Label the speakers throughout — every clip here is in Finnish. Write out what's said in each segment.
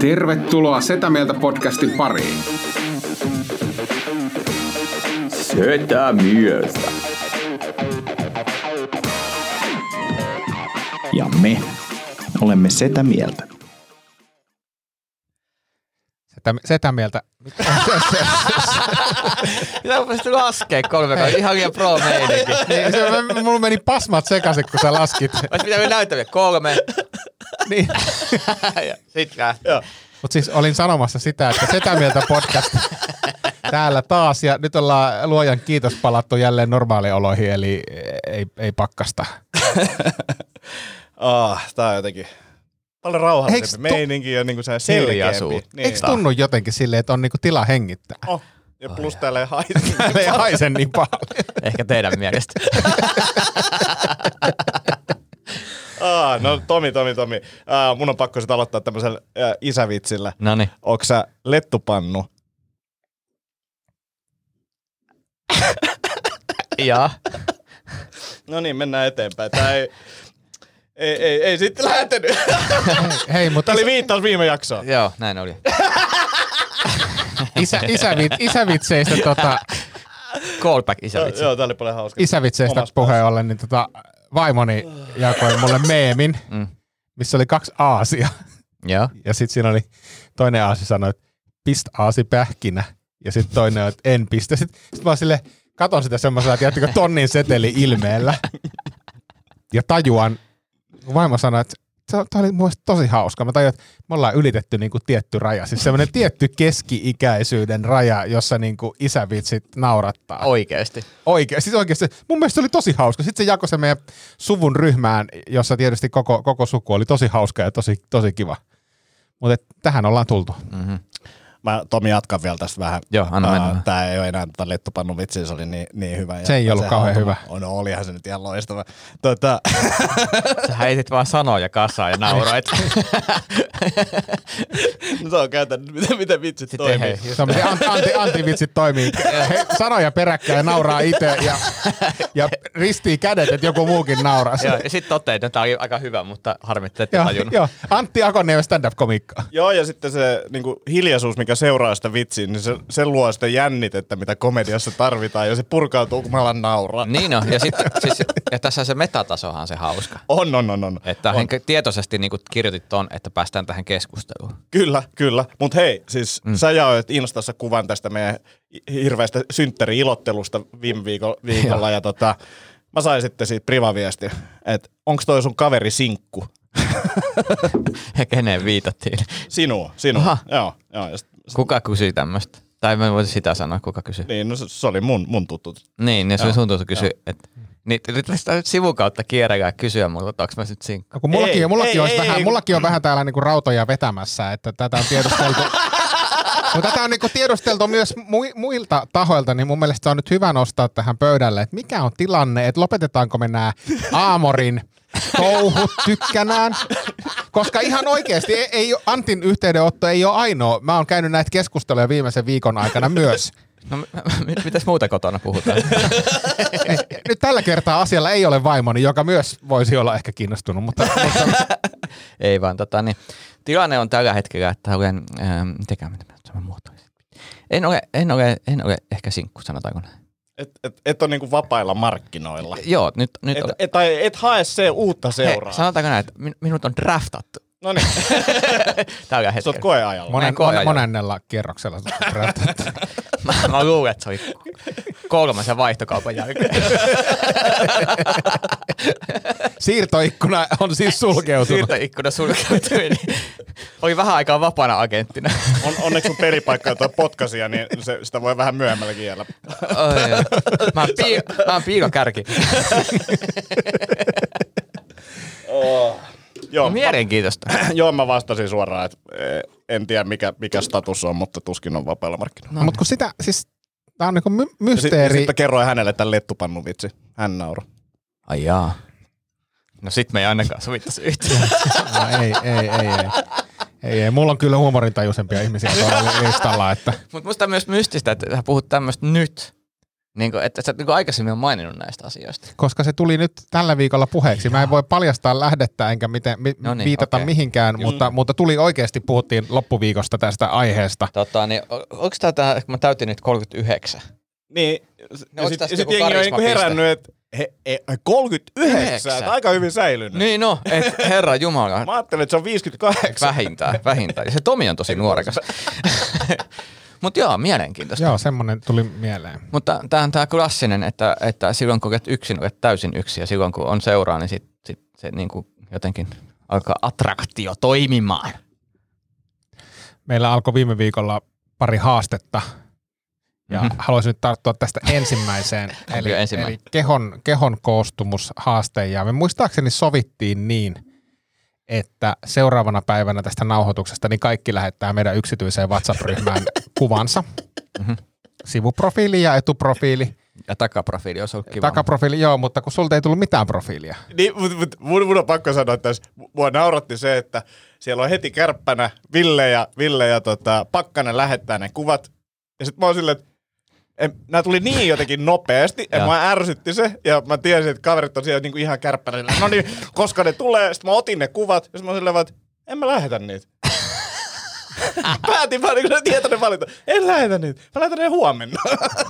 Speaker 1: Tervetuloa Setä Mieltä podcastin pariin.
Speaker 2: Sötä myös.
Speaker 3: Ja me olemme sitä mieltä.
Speaker 4: Setä, setä mieltä.
Speaker 2: Pitää pysty laskee kolme kautta. Ihan liian pro meininki.
Speaker 4: Niin, se, mä- mulla meni pasmat sekaisin, kun sä laskit.
Speaker 2: Olisi pitänyt näyttää vielä kolme.
Speaker 4: Niin.
Speaker 2: Ja sit lähtee.
Speaker 4: Mutta siis olin sanomassa sitä, että setä mieltä podcast täällä taas. Ja nyt ollaan luojan kiitos palattu jälleen normaalioloihin, eli ei, ei pakkasta.
Speaker 5: Ah, tää on jotenkin paljon
Speaker 4: Eiks
Speaker 5: rauhallisempi
Speaker 4: tu-
Speaker 5: meininki ja niinku se selkeämpi.
Speaker 2: Hiljaisuus.
Speaker 5: Niin.
Speaker 4: Eikö tunnu jotenkin silleen, että on niinku tila hengittää?
Speaker 5: Oh. Ja plus täällä ei haittaa.
Speaker 4: Täällä ei haise niin paljon.
Speaker 2: Ehkä teidän mielestä.
Speaker 5: Ah, no Tomi, Tomi, Tomi. Ah, mun on pakko sit aloittaa tämmöisellä äh, isävitsillä.
Speaker 2: Noniin.
Speaker 5: Onko sä lettupannu?
Speaker 2: Ja.
Speaker 5: No niin, mennään eteenpäin. Tää ei, ei, ei, ei sitten lähtenyt.
Speaker 4: Hei, hei mutta
Speaker 5: Tää oli viittaus viime jaksoon.
Speaker 2: Joo, näin oli.
Speaker 4: isä, isävit, isävitseistä, tota,
Speaker 2: Callback isä
Speaker 5: Joo,
Speaker 2: vitsi.
Speaker 5: joo, tää oli paljon hauska.
Speaker 4: isävitseistä
Speaker 5: Omassa
Speaker 4: puheen ollen, niin tota, vaimoni jakoi mulle meemin,
Speaker 2: Mm.
Speaker 4: missä oli kaksi aasia.
Speaker 2: Joo.
Speaker 4: Ja sitten siinä oli toinen aasi sanoi, että pist aasi pähkinä. Ja sitten toinen on, että en pistä. Sitten sit mä sille katon sitä semmoisella, että jättikö tonnin seteli ilmeellä. Ja tajuan, kun vaimo sanoi, että tämä oli mun mielestä tosi hauska. Mä tajuan, että me ollaan ylitetty niinku tietty raja. Siis semmoinen tietty keski-ikäisyyden raja, jossa niinku isävitsit naurattaa.
Speaker 2: Oikeesti.
Speaker 4: Oikein, siis oikeasti. Mun mielestä se oli tosi hauska. Sitten se jakoi se meidän suvun ryhmään, jossa tietysti koko, koko suku oli tosi hauska ja tosi, tosi kiva. Mutta tähän ollaan tultu.
Speaker 2: No
Speaker 5: Mä Tomi jatkan vielä tästä vähän.
Speaker 2: Joo, anna
Speaker 5: Ää,
Speaker 2: mennä.
Speaker 5: Tää ei ole enää tota lettupannun vitsi, se oli niin, niin hyvä.
Speaker 4: Se ei ollut kauhean hyvä.
Speaker 5: On, olihan se nyt ihan loistava. Tota,
Speaker 2: Sä heitit vaan sanoja kasaan ja nauroit.
Speaker 5: no se on käytännössä, miten, miten vitsit
Speaker 2: Sitten
Speaker 5: toimii.
Speaker 2: hei.
Speaker 4: Se on miten anti, anti, antivitsit toimii. He sanoja peräkkäin ja nauraa itse ja, ja ristii kädet, että joku muukin nauraa.
Speaker 2: Joo, ja sit toteet, että tää oli aika hyvä, mutta harmitte, että
Speaker 4: Joo,
Speaker 2: tajunnut.
Speaker 4: joo. Antti Akoniemen stand-up-komiikka.
Speaker 5: Joo, ja sitten se niin kuin hiljaisuus, mikä seuraa sitä vitsiä, niin se, se luo sitä jännitettä, mitä komediassa tarvitaan, ja se purkautuu, kun mä alan nauraa.
Speaker 2: Niin on. Ja, sit, siis, ja tässä se metatasohan on se hauska.
Speaker 5: On, on, on, on.
Speaker 2: Että
Speaker 5: on.
Speaker 2: henk- tietoisesti niin kirjoitit ton, että päästään tähän keskusteluun.
Speaker 5: Kyllä, kyllä. Mutta hei, siis mm. sä jaoit Instassa kuvan tästä meidän hi- hirveästä synttäri-ilottelusta viime viikolla, viikolla ja tota, mä sain sitten siitä privaviesti, että onko toi sun kaveri sinkku?
Speaker 2: Ja keneen viitattiin.
Speaker 5: Sinua, sinua.
Speaker 2: Aha.
Speaker 5: Joo, joo. Ja sit,
Speaker 2: Kuka kysyi tämmöistä? Tai mä en voisi sitä sanoa, kuka kysyi. Niin,
Speaker 5: niin, no, se, se oli mun, mun tuttu.
Speaker 2: niin ja sun sun tuntui kysyä, että niin, tästä nyt sivun kautta kierrää kysyä mulle, että onko mä nyt sinkku.
Speaker 4: No, kun mullakin,
Speaker 5: Ei,
Speaker 4: ei, mullakin, ei,
Speaker 5: ei,
Speaker 4: olisi ei,
Speaker 5: ei,
Speaker 4: vähän,
Speaker 5: ei,
Speaker 4: ei,
Speaker 5: kun-
Speaker 4: mullakin on vähän täällä niinku rautoja vetämässä, että tätä on tiedusteltu. Kun tätä on niinku tiedusteltu myös mu- muilta tahoilta, niin mun mielestä se on nyt hyvä nostaa tähän pöydälle, että mikä on tilanne, että lopetetaanko me nämä aamorin touhut tykkänään. Koska ihan oikeasti ei, ei, oo- Antin yhteydenotto ei ole ainoa. Mä oon käynyt näitä keskusteluja viimeisen viikon aikana myös.
Speaker 2: No, m- m- mitäs muuta kotona puhutaan?
Speaker 4: Eh, Nyt tällä kertaa asialla ei ole vaimoni, joka myös voisi olla ehkä kiinnostunut, mutta, mutta
Speaker 2: Ei vaan, tota, niin, tilanne on tällä hetkellä, että olen, ähm, tekään mitä mä nyt sanon muotoisin. En ole, en, ole, en ole ehkä sinkku, sanotaanko näin.
Speaker 5: Et, et, et on niinku vapailla markkinoilla.
Speaker 2: Joo, nyt, nyt
Speaker 5: Et,
Speaker 2: olen-
Speaker 5: et, tai et hae se uutta
Speaker 2: Hei,
Speaker 5: seuraa.
Speaker 2: sanotaanko näin, että min- minut on draftattu
Speaker 5: No niin,
Speaker 2: tällä
Speaker 5: sä oot
Speaker 2: hetkellä.
Speaker 5: koeajalla.
Speaker 4: monen,
Speaker 2: koe ajaa.
Speaker 4: mon, monennella kierroksella sä oot räyttänyt.
Speaker 2: Mä, mä luulen, että se oli kolmas ja vaihtokaupan jälkeen.
Speaker 4: Siirtoikkuna on siis sulkeutunut.
Speaker 2: Siirtoikkuna sulkeutui. Niin oli vähän aikaa vapaana agenttina.
Speaker 5: On, onneksi sun peripaikka on tuo potkasia, niin se, sitä voi vähän myöhemmälläkin jäädä.
Speaker 2: Ai, joo. mä, oon pii, mä oon piikakärki.
Speaker 5: Joo,
Speaker 2: Mielenkiintoista.
Speaker 5: joo, mä vastasin suoraan, että eh, en tiedä mikä, mikä status on, mutta tuskin on vapailla markkinoilla.
Speaker 4: No, mutta kun sitä, siis tää on niinku my-
Speaker 5: Ja, sit, ja
Speaker 4: mysteeri.
Speaker 5: sitten kerroin hänelle tämän lettupannun vitsi. Hän nauro.
Speaker 2: Ai jaa. No sit me ei ainakaan sovittaisi yhtään.
Speaker 4: no, ei, ei, ei, ei. Ei, ei. Mulla on kyllä huumorintajuisempia ihmisiä tuolla listalla, että
Speaker 2: Mutta musta on myös mystistä, että sä puhut tämmöistä nyt. Niin kuin, että sä et niin kuin aikaisemmin on maininnut näistä asioista.
Speaker 4: koska se tuli nyt tällä viikolla puheeksi. Mä en voi paljastaa lähdettä enkä miten, mi-
Speaker 2: No niin,
Speaker 4: viitata
Speaker 2: okei.
Speaker 4: mihinkään, mutta, mutta tuli oikeasti, puhuttiin loppuviikosta tästä aiheesta.
Speaker 2: Tota, niin, o- onks tää, tää, kun mä täytin nyt 39?
Speaker 5: Niin,
Speaker 2: No, oliko
Speaker 5: no, ja sitten
Speaker 2: tästä
Speaker 5: sit
Speaker 2: joku
Speaker 5: jengi on niinku
Speaker 2: karismapiste?
Speaker 5: herännyt, että he, he, 39, että aika hyvin säilynyt.
Speaker 2: Niin no, et, herra jumala.
Speaker 5: Mä ajattelin, että se on 58.
Speaker 2: Vähintään, vähintään. Ja se Tomi on tosi nuorekas. Mutta joo, mielenkiintoista.
Speaker 4: Joo, semmoinen tuli mieleen.
Speaker 2: Mutta tämä on tämä klassinen, että, että silloin kun olet yksin, olet täysin yksin ja silloin kun on seuraa, niin sit, sit se niin kuin jotenkin alkaa attraktio toimimaan.
Speaker 4: Meillä alkoi viime viikolla pari haastetta ja mm-hmm. haluaisin nyt tarttua tästä ensimmäiseen, eli,
Speaker 2: jo ensimmäinen?
Speaker 4: eli kehon, kehon koostumushaaste. Ja me muistaakseni sovittiin niin, että seuraavana päivänä tästä nauhoituksesta niin kaikki lähettää meidän yksityiseen WhatsApp-ryhmään kuvansa, Mhm. sivuprofiili ja etuprofiili.
Speaker 2: Ja takaprofiili olisi ollut kiva.
Speaker 4: Takaprofiili, joo, mutta kun sulta ei tullut mitään profiilia.
Speaker 5: Niin, mut, mut, mun, mun on pakko sanoa, että tässä mua nauratti se, että siellä on heti kärppänä Ville ja, Ville ja tota, Pakkanen lähettää ne kuvat. Ja sitten mä oon silleen, että en, nämä tuli niin jotenkin nopeasti, ja
Speaker 2: Joo.
Speaker 5: mä ärsytti se, ja mä tiesin, että kaverit on siellä niinku ihan kärppänillä. No niin, koska ne tulee, sitten mä otin ne kuvat, ja sit mä oon silleen, vaan, että en mä lähetä niitä. Päätin vaan niin tietoinen valinta. En lähetä niitä. Mä lähetän ne huomenna.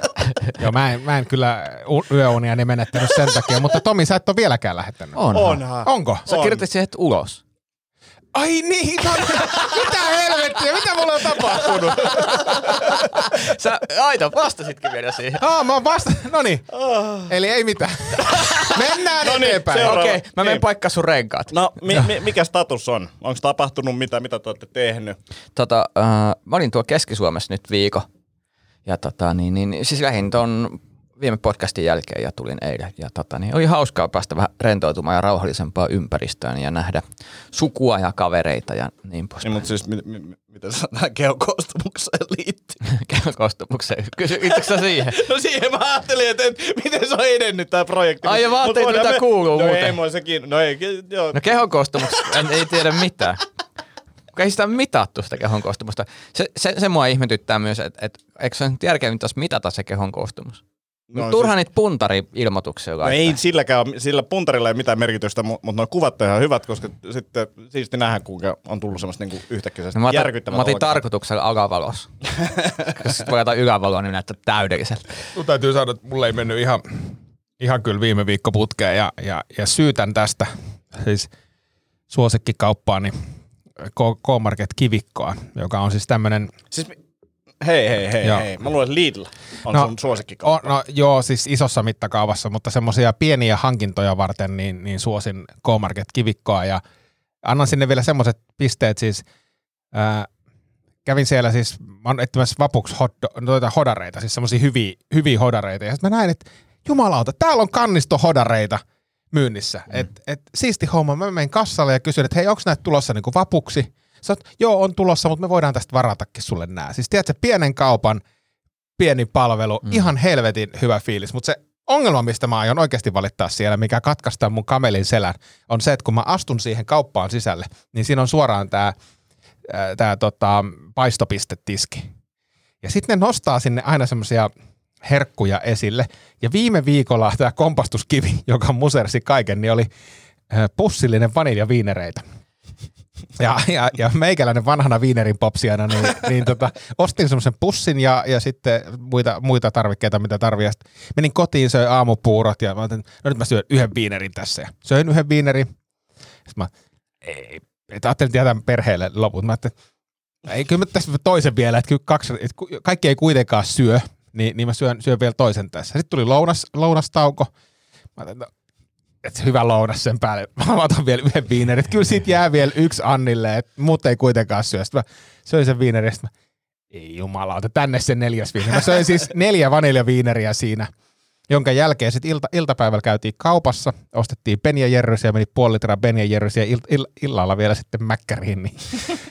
Speaker 4: Joo, mä en, mä en kyllä u- yöuniani menettänyt sen takia, mutta Tomi, sä et ole vieläkään lähettänyt.
Speaker 2: Onhan.
Speaker 5: Onhan.
Speaker 4: Onko?
Speaker 2: Sä
Speaker 5: On.
Speaker 2: kirjoitit siihen että ulos.
Speaker 4: Ai niin, no, mitä helvettiä, mitä mulla on tapahtunut?
Speaker 2: Sä aito vastasitkin vielä siihen.
Speaker 4: Aa, mä oon vasta, no niin, eli ei mitään. Mennään
Speaker 5: No niin,
Speaker 4: eteenpäin.
Speaker 5: seuraava.
Speaker 2: Okei, okay, mä menen
Speaker 5: Niin.
Speaker 2: paikkaa sun renkaat.
Speaker 5: No, mi- mi- mikä status on? Onko tapahtunut mitä, mitä te olette tehnyt?
Speaker 2: Tota, äh, mä olin tuo Keski-Suomessa nyt viikon. Ja tota, niin, niin, niin, siis lähin ton viime podcastin jälkeen ja tulin eilen. Ja tota, niin oli hauskaa päästä vähän rentoutumaan ja rauhallisempaan ympäristöön ja nähdä sukua ja kavereita ja niin
Speaker 5: Niin,
Speaker 2: poispäin.
Speaker 5: mutta siis mi- mi- mi- miten se tähän geokoostumukseen liittyy?
Speaker 2: Käyn koostumukseen. Kysy itseksä siihen.
Speaker 5: No siihen mä ajattelin, että, että miten se on edennyt tämä projekti.
Speaker 2: Ai, ja mä
Speaker 5: Mut
Speaker 2: ajattelin, että
Speaker 5: voidaan
Speaker 2: mitä kuuluu
Speaker 5: no,
Speaker 2: muuten.
Speaker 5: ei mua sekin, no ei, ki- joo.
Speaker 2: No kehon koostumuksesta en, ei tiedä mitään. Kun Ei sitä ole mitattu sitä kehon koostumusta. Se, se, se mua ihmetyttää myös, että et, eikö se ole nyt järkevintä olisi mitata se kehon koostumus? No,
Speaker 5: No
Speaker 2: Turha siis... niitä puntari-ilmoituksia
Speaker 5: No ei
Speaker 2: laittaa.
Speaker 5: silläkään, ole- sillä puntarilla ei ole mitään merkitystä, mutta nuo kuvat on ihan hyvät, koska sitten siisti nähdään, kuinka on tullut semmoista niinku yhtäkkiä
Speaker 2: No mä,
Speaker 5: no,
Speaker 2: otin,
Speaker 5: järkyttävää.
Speaker 2: mä otin
Speaker 5: olkaa.
Speaker 2: tarkoituksella alavalos. Jos sit voi jotain ylävaloa, niin näyttää täydelliseltä.
Speaker 4: Mun täytyy sanoa, että mulle ei mennyt ihan, ihan kyllä viime viikko putkeen ja, ja, ja syytän tästä siis suosikkikauppaani K- K-Market Kivikkoa, joka on siis tämmöinen
Speaker 5: Siis, mi- hei, hei, hei,
Speaker 4: Joo.
Speaker 5: hei. Mä luulen, että Lidl on no, sun suosikkikauppa.
Speaker 4: on, no joo, siis isossa mittakaavassa, mutta semmoisia pieniä hankintoja varten niin, niin suosin K-Market-kivikkoa ja annan sinne vielä semmoiset pisteet siis, ää, kävin siellä siis, mä oon etsimässä vapuksi hot, do- noita hodareita, siis semmoisia hyviä, hyviä hodareita ja sitten mä näin, että jumalauta, täällä on kannisto hodareita myynnissä. Mm. Et, et, siisti homma, mä menen kassalle ja kysyn, että hei, onko näitä tulossa niinku vapuksi? Sä oot, joo, on tulossa, mutta me voidaan tästä varatakin sulle nää. Siis tiedätkö, pienen kaupan pieni palvelu, mm. ihan helvetin hyvä fiilis, mutta se ongelma, mistä mä aion oikeasti valittaa siellä, mikä katkaistaan mun kamelin selän, on se, että kun mä astun siihen kauppaan sisälle, niin siinä on suoraan tämä tää, tota, paistopistetiski. Ja sitten ne nostaa sinne aina semmoisia herkkuja esille. Ja viime viikolla tämä kompastuskivi, joka musersi kaiken, niin oli ö, pussillinen vaniljaviinereitä. Ja, ja, ja meikäläinen vanhana viinerin popsiana, niin, niin tota, ostin semmoisen pussin ja, ja sitten muita, muita tarvikkeita, mitä tarvii. Ja sit Menin kotiin, söin aamupuurot ja mä ajattelin, no nyt mä syön yhden viinerin tässä. Ja söin yhden viinerin. Sitten mä ei, et ajattelin, että jätän perheelle loput. Mä ajattelin, että ei, kyllä mä tässä toisen vielä, että kyllä kaksi, että ku- kaikki ei kuitenkaan syö, niin, niin mä syön, syön vielä toisen tässä. Sitten tuli lounas, lounastauko. Mä ajattelin, no, että hyvä lounas sen päälle. Mä otan vielä yhden viinerin. Että Kyllä siitä jää vielä yksi Annille, että muut ei kuitenkaan syö. Sitten mä söin sen viinerin, ja sitten mä, ei jumalauta, tänne se neljäs viineri. Mä söin siis neljä vaniljaviineriä siinä. jonka jälkeen sitten ilta, iltapäivällä käytiin kaupassa, ostettiin Ben ja Jerrysiä, meni puoli litraa Ben ja Jerrysiä, ill, ill, illalla vielä sitten Mäkkäriin, niin,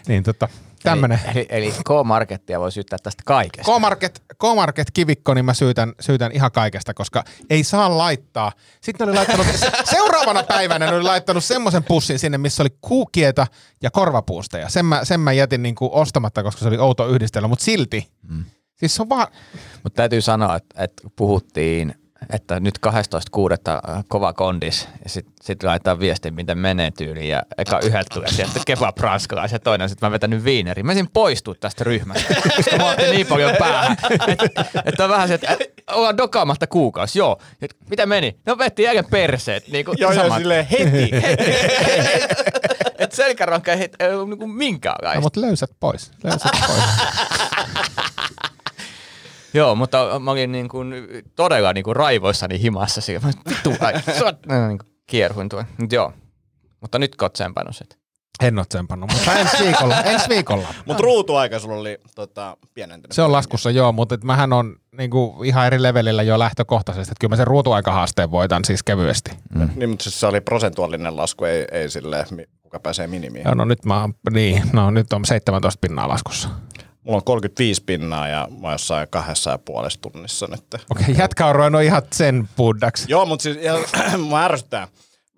Speaker 4: niin tota, tämmönen.
Speaker 2: Eli, eli, eli K-Markettia voi syyttää tästä kaikesta.
Speaker 4: K-Market, K-Market kivikko, niin mä syytän, syytän ihan kaikesta, koska ei saa laittaa. Sitten ne oli laittanut, se- seuraavana päivänä ne oli laittanut semmoisen pussin sinne, missä oli kuukietä ja korvapuusteja. Sen mä, sen mä jätin niinku ostamatta, koska se oli outo yhdistelmä, mutta silti. Mm. Siis se on vaan,
Speaker 2: Mutta täytyy sanoa, että, että kun puhuttiin, että nyt 12.6. äh, kova kondis, ja sitten sit laitetaan viesti, miten menee tyyliin, ja eka yhdet tulee sieltä kebab ranskalais, ja toinen, sitten mä vetän nyt viineri. Mä sin poistua tästä ryhmästä, koska mä otin niin paljon päähän. Että et on vähän se, että et, ollaan dokaamatta kuukausi, joo. Et, mitä meni? No vetti jälkeen perseet, niin kuin
Speaker 5: Joo, joo,
Speaker 2: samat.
Speaker 5: silleen heti.
Speaker 2: Niin. Et selkäranka ei, ei ollut niinku minkäänlaista.
Speaker 4: no, mutta löysät pois, löysät pois.
Speaker 2: Joo, mutta mä olin niin kuin todella niin kuin raivoissani himassa siellä. Mä olin, vittu, ai, sot, niin kuin kierhuin tuon. Mut joo. Mutta nyt kotseenpano sitten.
Speaker 4: En ole tsempannut, mutta ensi viikolla, ensi viikolla.
Speaker 5: Mutta ruutuaika sulla oli tota, pienentynyt.
Speaker 4: Se on laskussa, joo, mutta et mähän on niinku ihan eri levelillä jo lähtökohtaisesti, että kyllä mä sen ruutuaikahaasteen voitan siis kevyesti. Mm.
Speaker 5: Niin, mutta siis se oli prosentuaalinen lasku, ei, ei silleen, mi- kuka pääsee minimiin.
Speaker 4: Joo, no nyt mä oon, niin, no nyt on 17 pinnaa laskussa.
Speaker 5: Mulla on 35 pinnaa ja mä oon jossain kahdessa ja puolessa tunnissa nyt.
Speaker 4: Okei, okay, jätkä on ruvennut ihan sen buddaksi.
Speaker 5: Joo, mutta siis ihan, mua ärsyttää,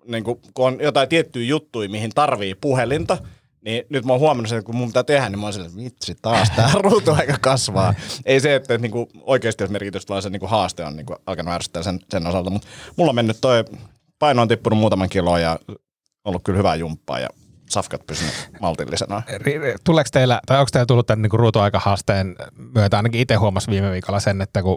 Speaker 5: niin kun, kun on jotain tiettyjä juttuja, mihin tarvii puhelinta, niin nyt mä oon huomannut sen, että kun mun pitää tehdä, niin mä oon silleen, että vitsi taas, tää ruutuaika kasvaa. Ei se, että niin kuin, oikeasti olisi merkitystä, vaan se niin kuin, haaste on niin kuin, alkanut ärsyttää sen, sen osalta. Mutta mulla on mennyt toi, paino on tippunut muutaman kiloa ja ollut kyllä hyvää jumppaa ja safkat pysynyt maltillisena.
Speaker 4: Ri- ri- Tuleeko teillä, tai onko teillä tullut tämän niin ruutuaikahaasteen myötä, ainakin itse huomasin viime viikolla sen, että kun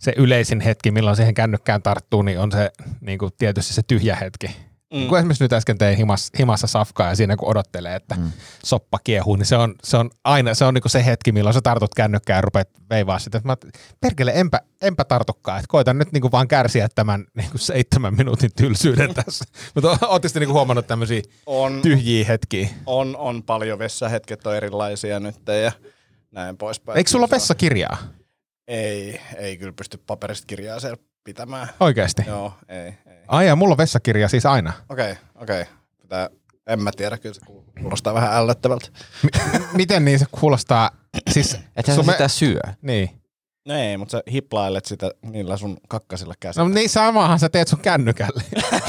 Speaker 4: se yleisin hetki, milloin siihen kännykkään tarttuu, niin on se niin kuin tietysti se tyhjä hetki. Mm. Kun esimerkiksi nyt äsken tein himas, himassa safkaa ja siinä kun odottelee, että mm. soppa kiehuu, niin se on, se on aina se, on niin se hetki, milloin sä tartut kännykkään ja rupeat veivaa sitä. Mä, ajattelin, perkele, enpä, enpä tartukaan. Et koitan nyt niin kuin vaan kärsiä tämän niin kuin seitsemän minuutin tylsyyden tässä. Mutta ootteko niin huomannut tämmöisiä
Speaker 5: On,
Speaker 4: tyhjiä hetkiä?
Speaker 5: on, on paljon vessahetket on erilaisia nyt ja näin poispäin.
Speaker 4: Eikö sulla
Speaker 5: Kyllä se on-
Speaker 4: vessakirjaa?
Speaker 5: Ei, ei kyllä pysty paperista kirjaa siellä pitämään.
Speaker 4: Oikeasti?
Speaker 5: Joo, ei, ei.
Speaker 4: Ai ja mulla on vessakirja siis aina.
Speaker 5: Okei, okei. Pitää, en mä tiedä, kyllä se ku- kuulostaa vähän ällöttävältä.
Speaker 4: M- miten niin se kuulostaa? Siis,
Speaker 2: Ethän sä
Speaker 4: sun me-
Speaker 2: sitä syö.
Speaker 4: Niin.
Speaker 5: No ei, mutta sä hiplailet sitä niillä sun kakkasilla käsillä.
Speaker 4: No niin samahan sä teet sun kännykälle.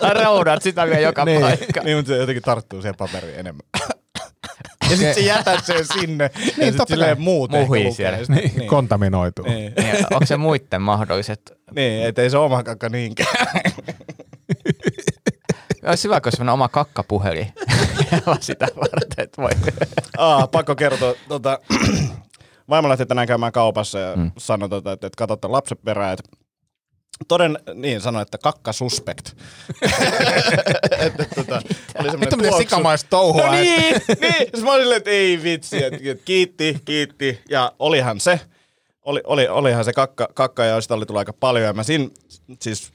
Speaker 2: Sä roudat sitä vielä joka niin. paikka.
Speaker 5: niin, mutta se jotenkin tarttuu siihen paperiin enemmän. Niin, ja sit sä jätät sen sinne. ja sit
Speaker 4: totta
Speaker 5: silleen
Speaker 4: kai.
Speaker 5: muut ehkä
Speaker 2: Muhii
Speaker 5: lukee
Speaker 2: siellä.
Speaker 5: sitä.
Speaker 4: Niin. niin. Kontaminoituu. Niin.
Speaker 5: Niin,
Speaker 2: Niin, onko se muiden mahdolliset?
Speaker 5: niin ettei se oma kakka niinkään.
Speaker 2: Olisi hyvä, kun olisi semmoinen oma kakkapuheli. Vaan sitä varten, että voi.
Speaker 5: Aa, pakko kertoa. Tota, vaimo lähti tänään käymään kaupassa ja mm. sanoi, tota, että, että katsotte lapsen perään. Että toden, niin sanoi, että kakka suspect. että, tota, oli
Speaker 4: Vittu
Speaker 5: semmoinen
Speaker 4: miten
Speaker 5: tuoksu.
Speaker 4: sikamaista touhua.
Speaker 5: No niin, niin. Siis mä olin silleen, että ei vitsi, että että kiitti, kiitti. Ja olihan se. Oli, oli, olihan se kakka, kakka ja sitä oli tullut aika paljon. Ja mä siinä, siis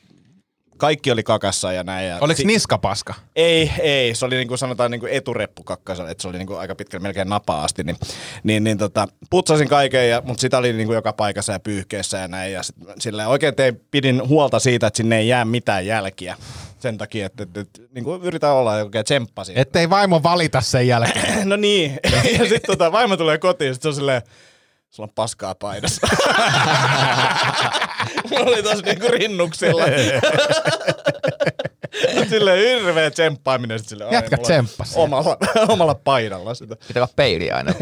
Speaker 5: kaikki oli kakassa ja näin. Ja
Speaker 4: Oliko niskapaska?
Speaker 5: ei, ei. Se oli niin kuin sanotaan niin kuin etureppukakkasella, että se oli niin kuin aika pitkälle melkein napaa asti. Niin, niin, niin tota, putsasin kaiken, ja, mutta sitä oli niin kuin joka paikassa ja pyyhkeessä ja näin. Ja sit, sillä oikein tein, pidin huolta siitä, että sinne ei jää mitään jälkiä. Sen takia, että, että, että niin kuin yritän olla oikein tsemppa siinä.
Speaker 4: Ettei vaimo valita sen jälkeen.
Speaker 5: No niin. ja sitten tota, vaimo tulee kotiin ja sitten se on silleen, sulla on paskaa paidassa. Mulla oli tossa niinku rinnuksilla. Mut silleen hirveä tsemppaaminen. Sit silleen, ai,
Speaker 4: Jätkä
Speaker 5: mulla on
Speaker 4: tsemppas.
Speaker 5: Omalla, omalla paidalla sitä.
Speaker 2: Pitää olla peili aina.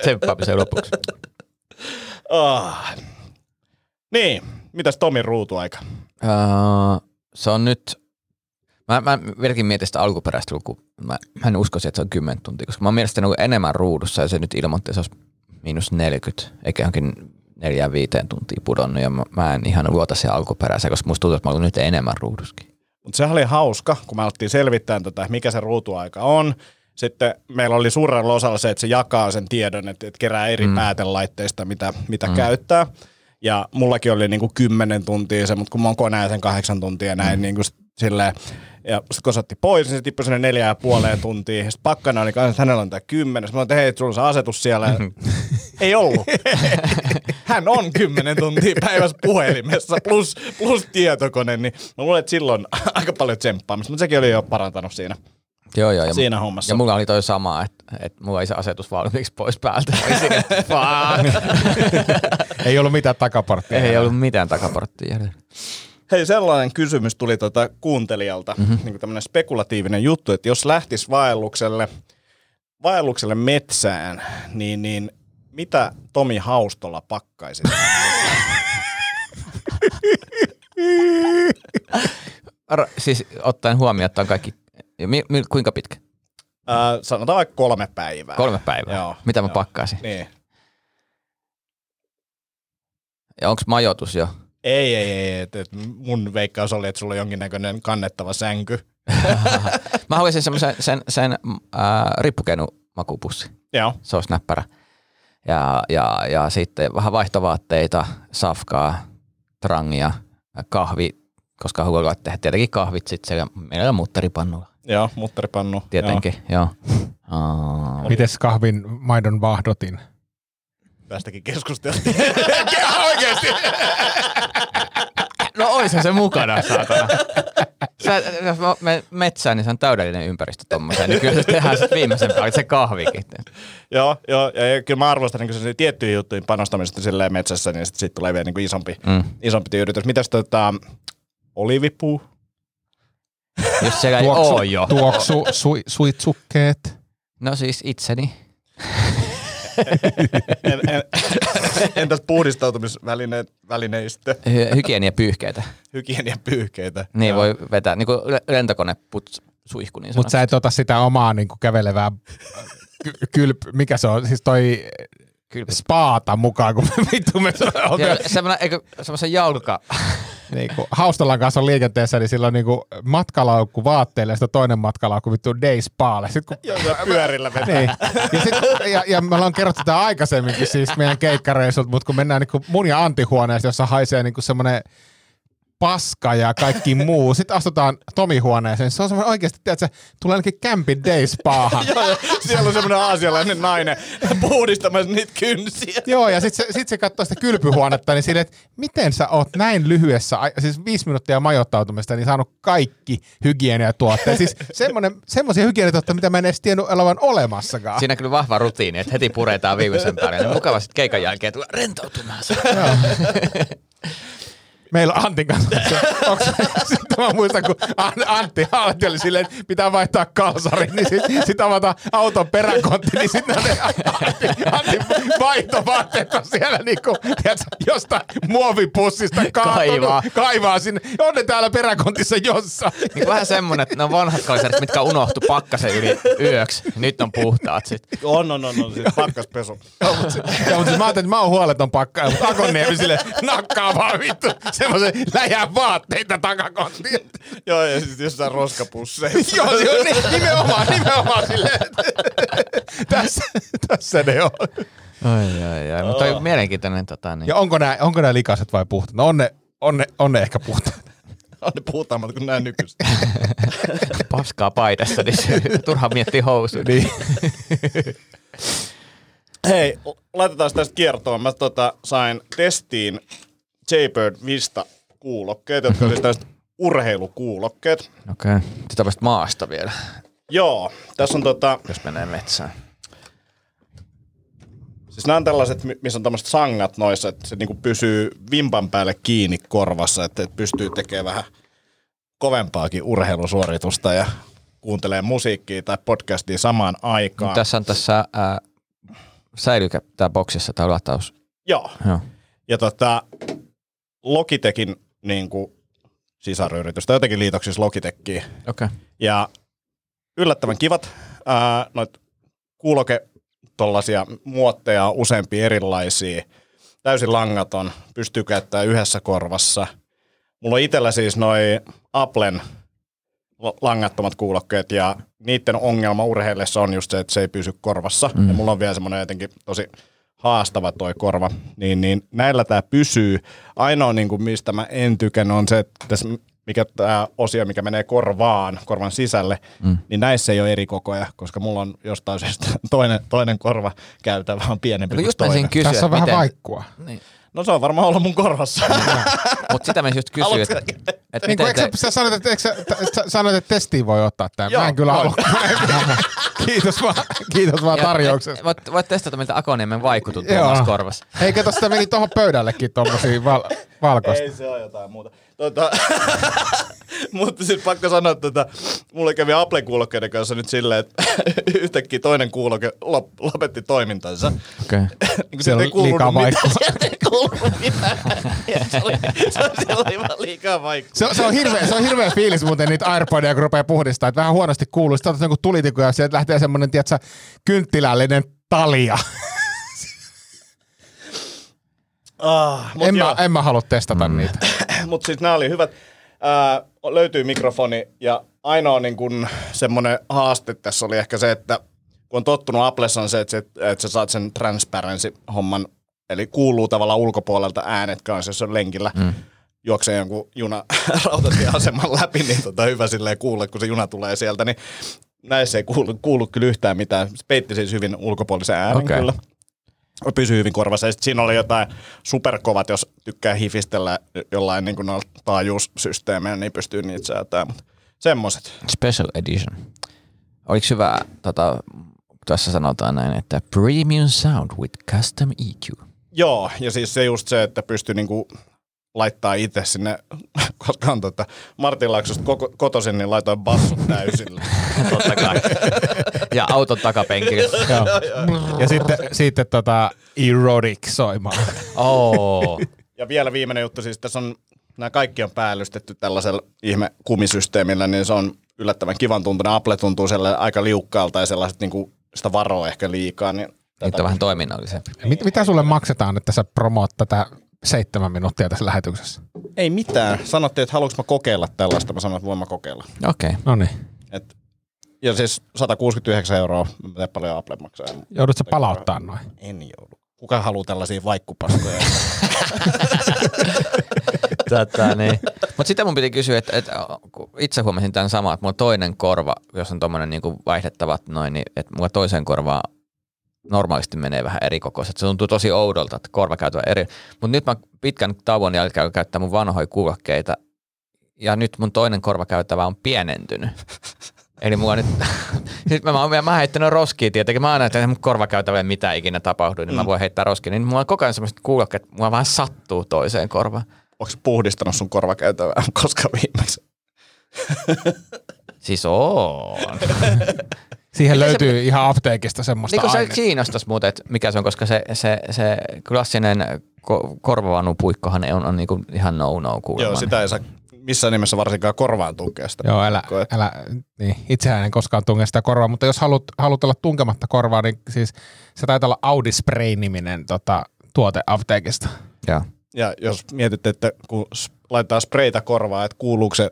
Speaker 2: Tsemppaamisen lopuksi.
Speaker 5: Ah. Niin, mitäs Tomin ruutuaika?
Speaker 2: Öö, se on nyt, mä, mä vieläkin mietin sitä alkuperäistä lukua. Mä, mä en uskoisi, että se on 10 tuntia, koska mä oon mielestäni ollut enemmän ruudussa ja se nyt ilmoitti, että se olisi miinus 40, eikä johonkin neljään viiteen tuntia pudonnut ja mä, mä en ihan luota siihen alkuperäiseen, koska musta tuntuu, että mä olen nyt enemmän ruuduskin.
Speaker 5: Mutta sehän oli hauska, kun me alettiin selvittää tätä, mikä se ruutuaika on. Sitten meillä oli suurella osalla se, että se jakaa sen tiedon, että, että kerää eri mm. päätelaitteista, mitä, mitä mm. käyttää. Ja mullakin oli niinku 10 tuntia se, mutta kun mä oon koneen sen kahdeksan tuntia näin, mm. niin kuin silleen, ja sitten kun se otti pois, niin se tippui sinne Mm-hmm. neljään ja puoleen tuntiin. Sitten pakkana oli kanssa, että hänellä on tämä kymmenen. Sitten mä oon, että hei, sulla on se asetus siellä. Ei ollut. Hän on 10 tuntia päivässä puhelimessa plus, plus tietokone, niin mä luulen, että silloin aika paljon tsemppaamista, mutta sekin oli jo parantanut siinä.
Speaker 2: Joo, joo. Ja,
Speaker 5: Siinä hommassa.
Speaker 2: Ja mulla oli toi sama, että, että mulla ei se asetus valmiiksi pois päältä. Oli siinä, että fuck.
Speaker 4: Ei ollut mitään takaporttia.
Speaker 2: ei ollut mitään takaporttia.
Speaker 5: Hei, sellainen kysymys tuli tuota kuuntelijalta,
Speaker 2: Mhm.
Speaker 5: mm-hmm. niin tämmöinen spekulatiivinen juttu, että jos lähtisi vaellukselle, vaellukselle metsään, niin, niin mitä Tomi Haustola pakkaisi? Äh,
Speaker 2: Ra- siis ottaen huomioon, että on kaikki, mi, mi, kuinka pitkä?
Speaker 5: Ää, sanotaan vaikka kolme päivää.
Speaker 2: Kolme päivää.
Speaker 5: Joo,
Speaker 2: Mitä mä
Speaker 5: joo.
Speaker 2: pakkaisin?
Speaker 5: Niin.
Speaker 2: Ja onko majoitus jo?
Speaker 5: Ei, ei, ei. Et, et mun veikkaus oli, että sulla on jonkinnäköinen kannettava sänky.
Speaker 2: Mä haluaisin semmoisen sen, sen ää, rippukenu makupussi.
Speaker 5: Joo.
Speaker 2: Se olisi näppärä. Ja, ja, ja sitten vähän vaihtovaatteita, safkaa, trangia, kahvi, koska haluaa tehdä tietenkin kahvit sitten siellä meillä on mutteripannulla.
Speaker 5: Joo, mutteripannu.
Speaker 2: Tietenkin, joo. joo.
Speaker 4: Mites kahvin maidon vahdotin?
Speaker 5: Joo, tästäkin keskusteltiin.
Speaker 2: Oikeesti? No oishan se mukana, saatana. Sä, jos mä menen metsään, niin se on täydellinen ympäristö tommoseen. Niin kyllä se tehdään sit viimeisen päälle, se kahvikin.
Speaker 5: joo, joo. Ja kyllä mä arvostan niin kuin tiettyihin juttuihin panostamista silleen metsässä, niin sitten sit tulee vielä niin kuin isompi,
Speaker 2: Mm.
Speaker 5: isompi tyydytys. Mitäs tota, olivipuu?
Speaker 2: Jos siellä ei oo jo.
Speaker 4: tuoksu sui, suitsukkeet.
Speaker 2: No siis itseni.
Speaker 5: En, en, entäs puhdistautumisvälineistö?
Speaker 2: Hy- Hygieniapyyhkeitä.
Speaker 5: Hygieniapyyhkeitä.
Speaker 2: Niin joo. voi vetää, niin kuin lentokone put, suihku niin
Speaker 4: Mutta
Speaker 2: Mut sä...
Speaker 4: sä et ota sitä omaa niin kävelevää, ky- kylp, mikä se on, siis toi
Speaker 2: Kylpy.
Speaker 4: spaata mukaan, kun me vittu me oltiin
Speaker 2: Semmoinen, eikö, semmoisen jalka.
Speaker 4: niin kuin, haustolan kanssa on liikenteessä, niin sillä on niin kuin matkalaukku vaatteille ja sitten on toinen matkalaukku vittu day spaalle. Sit, kun,
Speaker 5: Joo, ja pyörillä vetää.
Speaker 4: niin. ja, sit, ja, ja, me ollaan kerrottu tämä aikaisemminkin siis meidän keikkareissut, mutta kun mennään niin kuin mun ja Antti huoneesta, jossa haisee niin kuin semmoinen paska ja kaikki muu. Sitten astutaan Tomi huoneeseen. Se on semmoinen oikeasti, tiedätkö, tulee ainakin kämpin day spaahan.
Speaker 5: Joo, ja siellä on semmoinen aasialainen nainen
Speaker 2: Niin.
Speaker 5: puhdistamassa niitä kynsiä.
Speaker 4: Joo, ja sitten se, sit se katsoo sitä kylpyhuonetta, niin silleen, että miten sä oot näin lyhyessä, ai- siis viisi minuuttia majoittautumista, niin saanut kaikki hygieniatuotteet. Siis semmonen, semmoisia hygieniatuotteita, mitä mä en edes tiennyt olevan olemassakaan.
Speaker 2: Siinä kyllä vahva rutiini, että heti puretaan viimeisen päälle. Niin mukava sitten keikan jälkeen tulla rentoutumaan.
Speaker 4: Meillä Antin kanssa, onko se, sitten mä muistan, kun An- Antti Halti oli silleen, että pitää vaihtaa kalsari, niin sitten sit avataan auton peräkontti, niin sitten ne Antti, Antti vaihtovaatteet on siellä niinku, tiedätkö, jostain muovipussista kaatunut, kaivaa.
Speaker 2: Kaivaa.
Speaker 4: kaivaa sinne, on ne täällä peräkontissa jossain.
Speaker 2: Niin vähän semmonen, että ne on vanhat kalsarit, mitkä unohtu pakkasen yli yöksi. Nyt on puhtaat sit.
Speaker 5: On, on, on, on. Siis pakkaspesu.
Speaker 4: Joo, mutta siis mä ajattelin, että mä oon huoleton pakka, mutta Akonniemi sille nakkaa vaan vittu semmoisen läjään vaatteita takakonttiin.
Speaker 5: Joo, ja sitten jossain roskapusseissa.
Speaker 4: Joo, se on ni- nimenomaan, nimenomaan silleen. että tässä, tässä ne on.
Speaker 2: Ai, ai, ai. Mutta on mielenkiintoinen tota niin.
Speaker 4: Ja onko nämä, onko nämä likaiset vai puhtaat? No on ne, on ne, on ne ehkä puhtaat.
Speaker 5: On ne puhtaammat kuin nämä nykyiset.
Speaker 2: paskaa paidassa, niin se, turha miettiä housuja. Niin.
Speaker 5: Hei, laitetaan tästä kiertoon. Mä tota, sain testiin Jaybird Vista kuulokkeet, jotka oli tällaiset urheilukuulokkeet.
Speaker 2: Okei. Okay. Tätä maasta vielä,
Speaker 5: Joo, tässä on tota,
Speaker 2: jos menee metsään.
Speaker 5: siis nämä on tällaiset, mi- missä on tämmöiset sangat noissa, että se niinku pysyy vimpan päälle kiinni korvassa, että, että pystyy tekemään vähän kovempaakin urheilusuoritusta ja kuuntelee musiikkia tai podcastia samaan aikaan.
Speaker 2: No Tässä on tässä ää, säilykä tää boksissa tai lataus.
Speaker 5: Joo.
Speaker 2: Joo.
Speaker 5: Ja tota, Logitechin niin kuin, sisaryritys, tai jotenkin liitoksissa Logitechiin.
Speaker 2: Okei. Okay.
Speaker 5: Ja yllättävän kivat, ää, noit kuuloke tollasia muotteja on useampia erilaisia. Täysin langaton, pystyy käyttämään yhdessä korvassa. Mulla on itsellä siis noi Applen lo- langattomat kuulokkeet ja niiden ongelma urheilijassa on just se, että se ei pysy korvassa. Mm. Ja mulla on vielä semmoinen jotenkin tosi haastava toi korva, niinku, niin, niin näillä tämä pysyy. Ainoa, niin kuin mistä mä en tykännyt, on se, että tässä mikä tämä osio, mikä menee korvaan, korvan sisälle, mm. niin näissä ei ole eri kokoja, koska mulla on jostain syystä toinen, toinen korva käytävä on pienempi kuin
Speaker 2: just
Speaker 5: toinen.
Speaker 2: menisin kysyä,
Speaker 4: Tässä on
Speaker 2: että
Speaker 4: vähän
Speaker 2: miten,
Speaker 4: vaikkkua.
Speaker 5: No se on varmaan ollut mun korvassa.
Speaker 2: Mutta sitä mä just kysyin,
Speaker 5: Haluatko-
Speaker 2: että, että
Speaker 4: Niin kuin,
Speaker 2: miten
Speaker 4: eikö
Speaker 2: te,
Speaker 4: sä, sä sanoit, että, eikö sä, t- sä sanoit, että testiin voi ottaa tämän?
Speaker 5: Joo,
Speaker 4: Mä en kyllä
Speaker 5: voi.
Speaker 4: halua. kiitos vaan, kiitos vaan
Speaker 2: Joo,
Speaker 4: tarjouksesta.
Speaker 2: Voit, voit testata miltä Akoniemen vaikutut
Speaker 4: Joo.
Speaker 2: tuolla korvassa.
Speaker 4: Hei, kato, sitä meni tuohon pöydällekin tuommoisia val- valkoista.
Speaker 5: Ei se on jotain muuta. Tota, mutta siis pakko sanoa, että tota, mulle kävi Apple-kuulokkeiden kanssa nyt silleen, että yhtäkkiä toinen kuuloke lop, lopetti toimintansa.
Speaker 2: Okei.
Speaker 5: Niin
Speaker 4: Siellä oli liikaa vaikkua.
Speaker 5: Sieltä ei kuulunut mitään. Ja se oli, se oli, siellä oli vaan liikaa vaikkua.
Speaker 4: Se, se, on hirveä, se on hirveä fiilis muuten niitä Airpodeja, kun rupeaa puhdistaa, että vähän huonosti kuuluu. Sitten otat joku tulitikku ja sieltä lähtee semmoinen, tiedätkö, kynttilällinen talia.
Speaker 5: Ah, mut
Speaker 4: En
Speaker 5: joo.
Speaker 4: mä, en mä halua testata mm. niitä.
Speaker 5: Mutta siis nämä oli hyvät. Ää, löytyy mikrofoni ja ainoa niin kun, semmoinen haaste tässä oli ehkä se, että kun on tottunut Applessa on se, että, se, että sä saat sen transparency-homman, eli kuuluu tavallaan ulkopuolelta äänet kanssa, jos on lenkillä. Mm juoksee jonkun juna rautatieaseman läpi, niin tota hyvä silleen kuulla, kun se juna tulee sieltä, niin näissä ei kuulu, kuulu kyllä yhtään mitään. Se peitti siis hyvin ulkopuolisen äänen
Speaker 2: Okei.
Speaker 5: okay. kyllä. Pysyi hyvin korvassa. Ja sit siinä oli jotain superkovat, jos tykkää hifistellä jollain niin noilla taajuussysteemeillä, niin pystyy niitä säätämään. Mutta semmoset.
Speaker 2: Special edition. Oliko hyvä, tota, tässä sanotaan näin, että premium sound with custom E EQ.
Speaker 5: Joo, ja siis se just se, että pystyy niinku laittaa itse sinne, koska on tota Martin Laaksosta koko, kotoisin, niin laitoin bassut täysille.
Speaker 2: Totta kai. Ja auton takapenkillä.
Speaker 4: Joo. ja sitten, sitten tota, erotic soimaan.
Speaker 2: Oh.
Speaker 5: Ja vielä viimeinen juttu, siis tässä on, nämä kaikki on päällystetty tällaisella ihme kumisysteemillä, niin se on yllättävän kivan tuntunut. Apple tuntuu sellainen aika liukkaalta ja sellaiset, niin kuin, sitä varoa ehkä liikaa. Niin
Speaker 2: Nyt on vähän toiminnallisempi.
Speaker 4: Mit, mitä sulle maksetaan, että sä promoot tätä seitsemän minuuttia tässä lähetyksessä?
Speaker 5: ei mitään. Sanottiin, että haluanko mä kokeilla tällaista. Mä sanoin, että voin mä kokeilla.
Speaker 2: Okei. Okay.
Speaker 4: No niin.
Speaker 5: Et, ja siis 169 euroa, mä en tiedä paljon Apple maksaa.
Speaker 4: Joudut sä palauttaa noin?
Speaker 5: En joudu. Kuka haluaa tällaisia vaikkupaskoja?
Speaker 2: Tätä, niin. Mutta sitä mun piti kysyä, että, että kun itse huomasin tämän saman, että mulla toinen korva, jos on tuommoinen niinku vaihdettavat noin, niin että mulla toiseen korvaan normaalisti menee vähän eri kokoiset. Se tuntuu tosi oudolta, että korva käytyy eri. Mutta nyt mä pitkän tauon jälkeen alkoin käyttää mun vanhoja kuulokkeita, ja nyt mun toinen korvakäytävä on pienentynyt. Eli mulla nyt, nyt mä, mä, mä heittänyt roskiin tietenkin. Mä aina, että mun korvakäytävä ei mitään ikinä tapahdu, niin mä voin heittää roskiin. Niin mulla on koko ajan semmoiset kuulokkeet, että mulla vähän sattuu toiseen korvaan.
Speaker 5: Onko puhdistanut sun korvakäytävää koska viimeksi?
Speaker 2: Siis on.
Speaker 4: Siihen
Speaker 2: Miten se-
Speaker 4: löytyy ihan apteekista semmoista
Speaker 2: niin
Speaker 4: niin
Speaker 2: kuin se
Speaker 4: aineesta.
Speaker 2: kiinnostaisi muuten, että mikä se on, koska se, se, se klassinen ko- korvavanupuikkohan on, on niinku ihan no-no kuulemma.
Speaker 5: Joo, sitä ei saa missään nimessä varsinkaan korvaan tunkea sitä.
Speaker 4: Joo, älä, älä niin, itsehän en koskaan tunge sitä korvaa, mutta jos haluat, haluat olla tunkematta korvaa, niin siis se taitaa olla Audi Spray-niminen tota, tuote apteekista.
Speaker 2: Joo.
Speaker 5: Ja jos mietitte, että kun s- laittaa spreitä korvaa, että kuuluuko se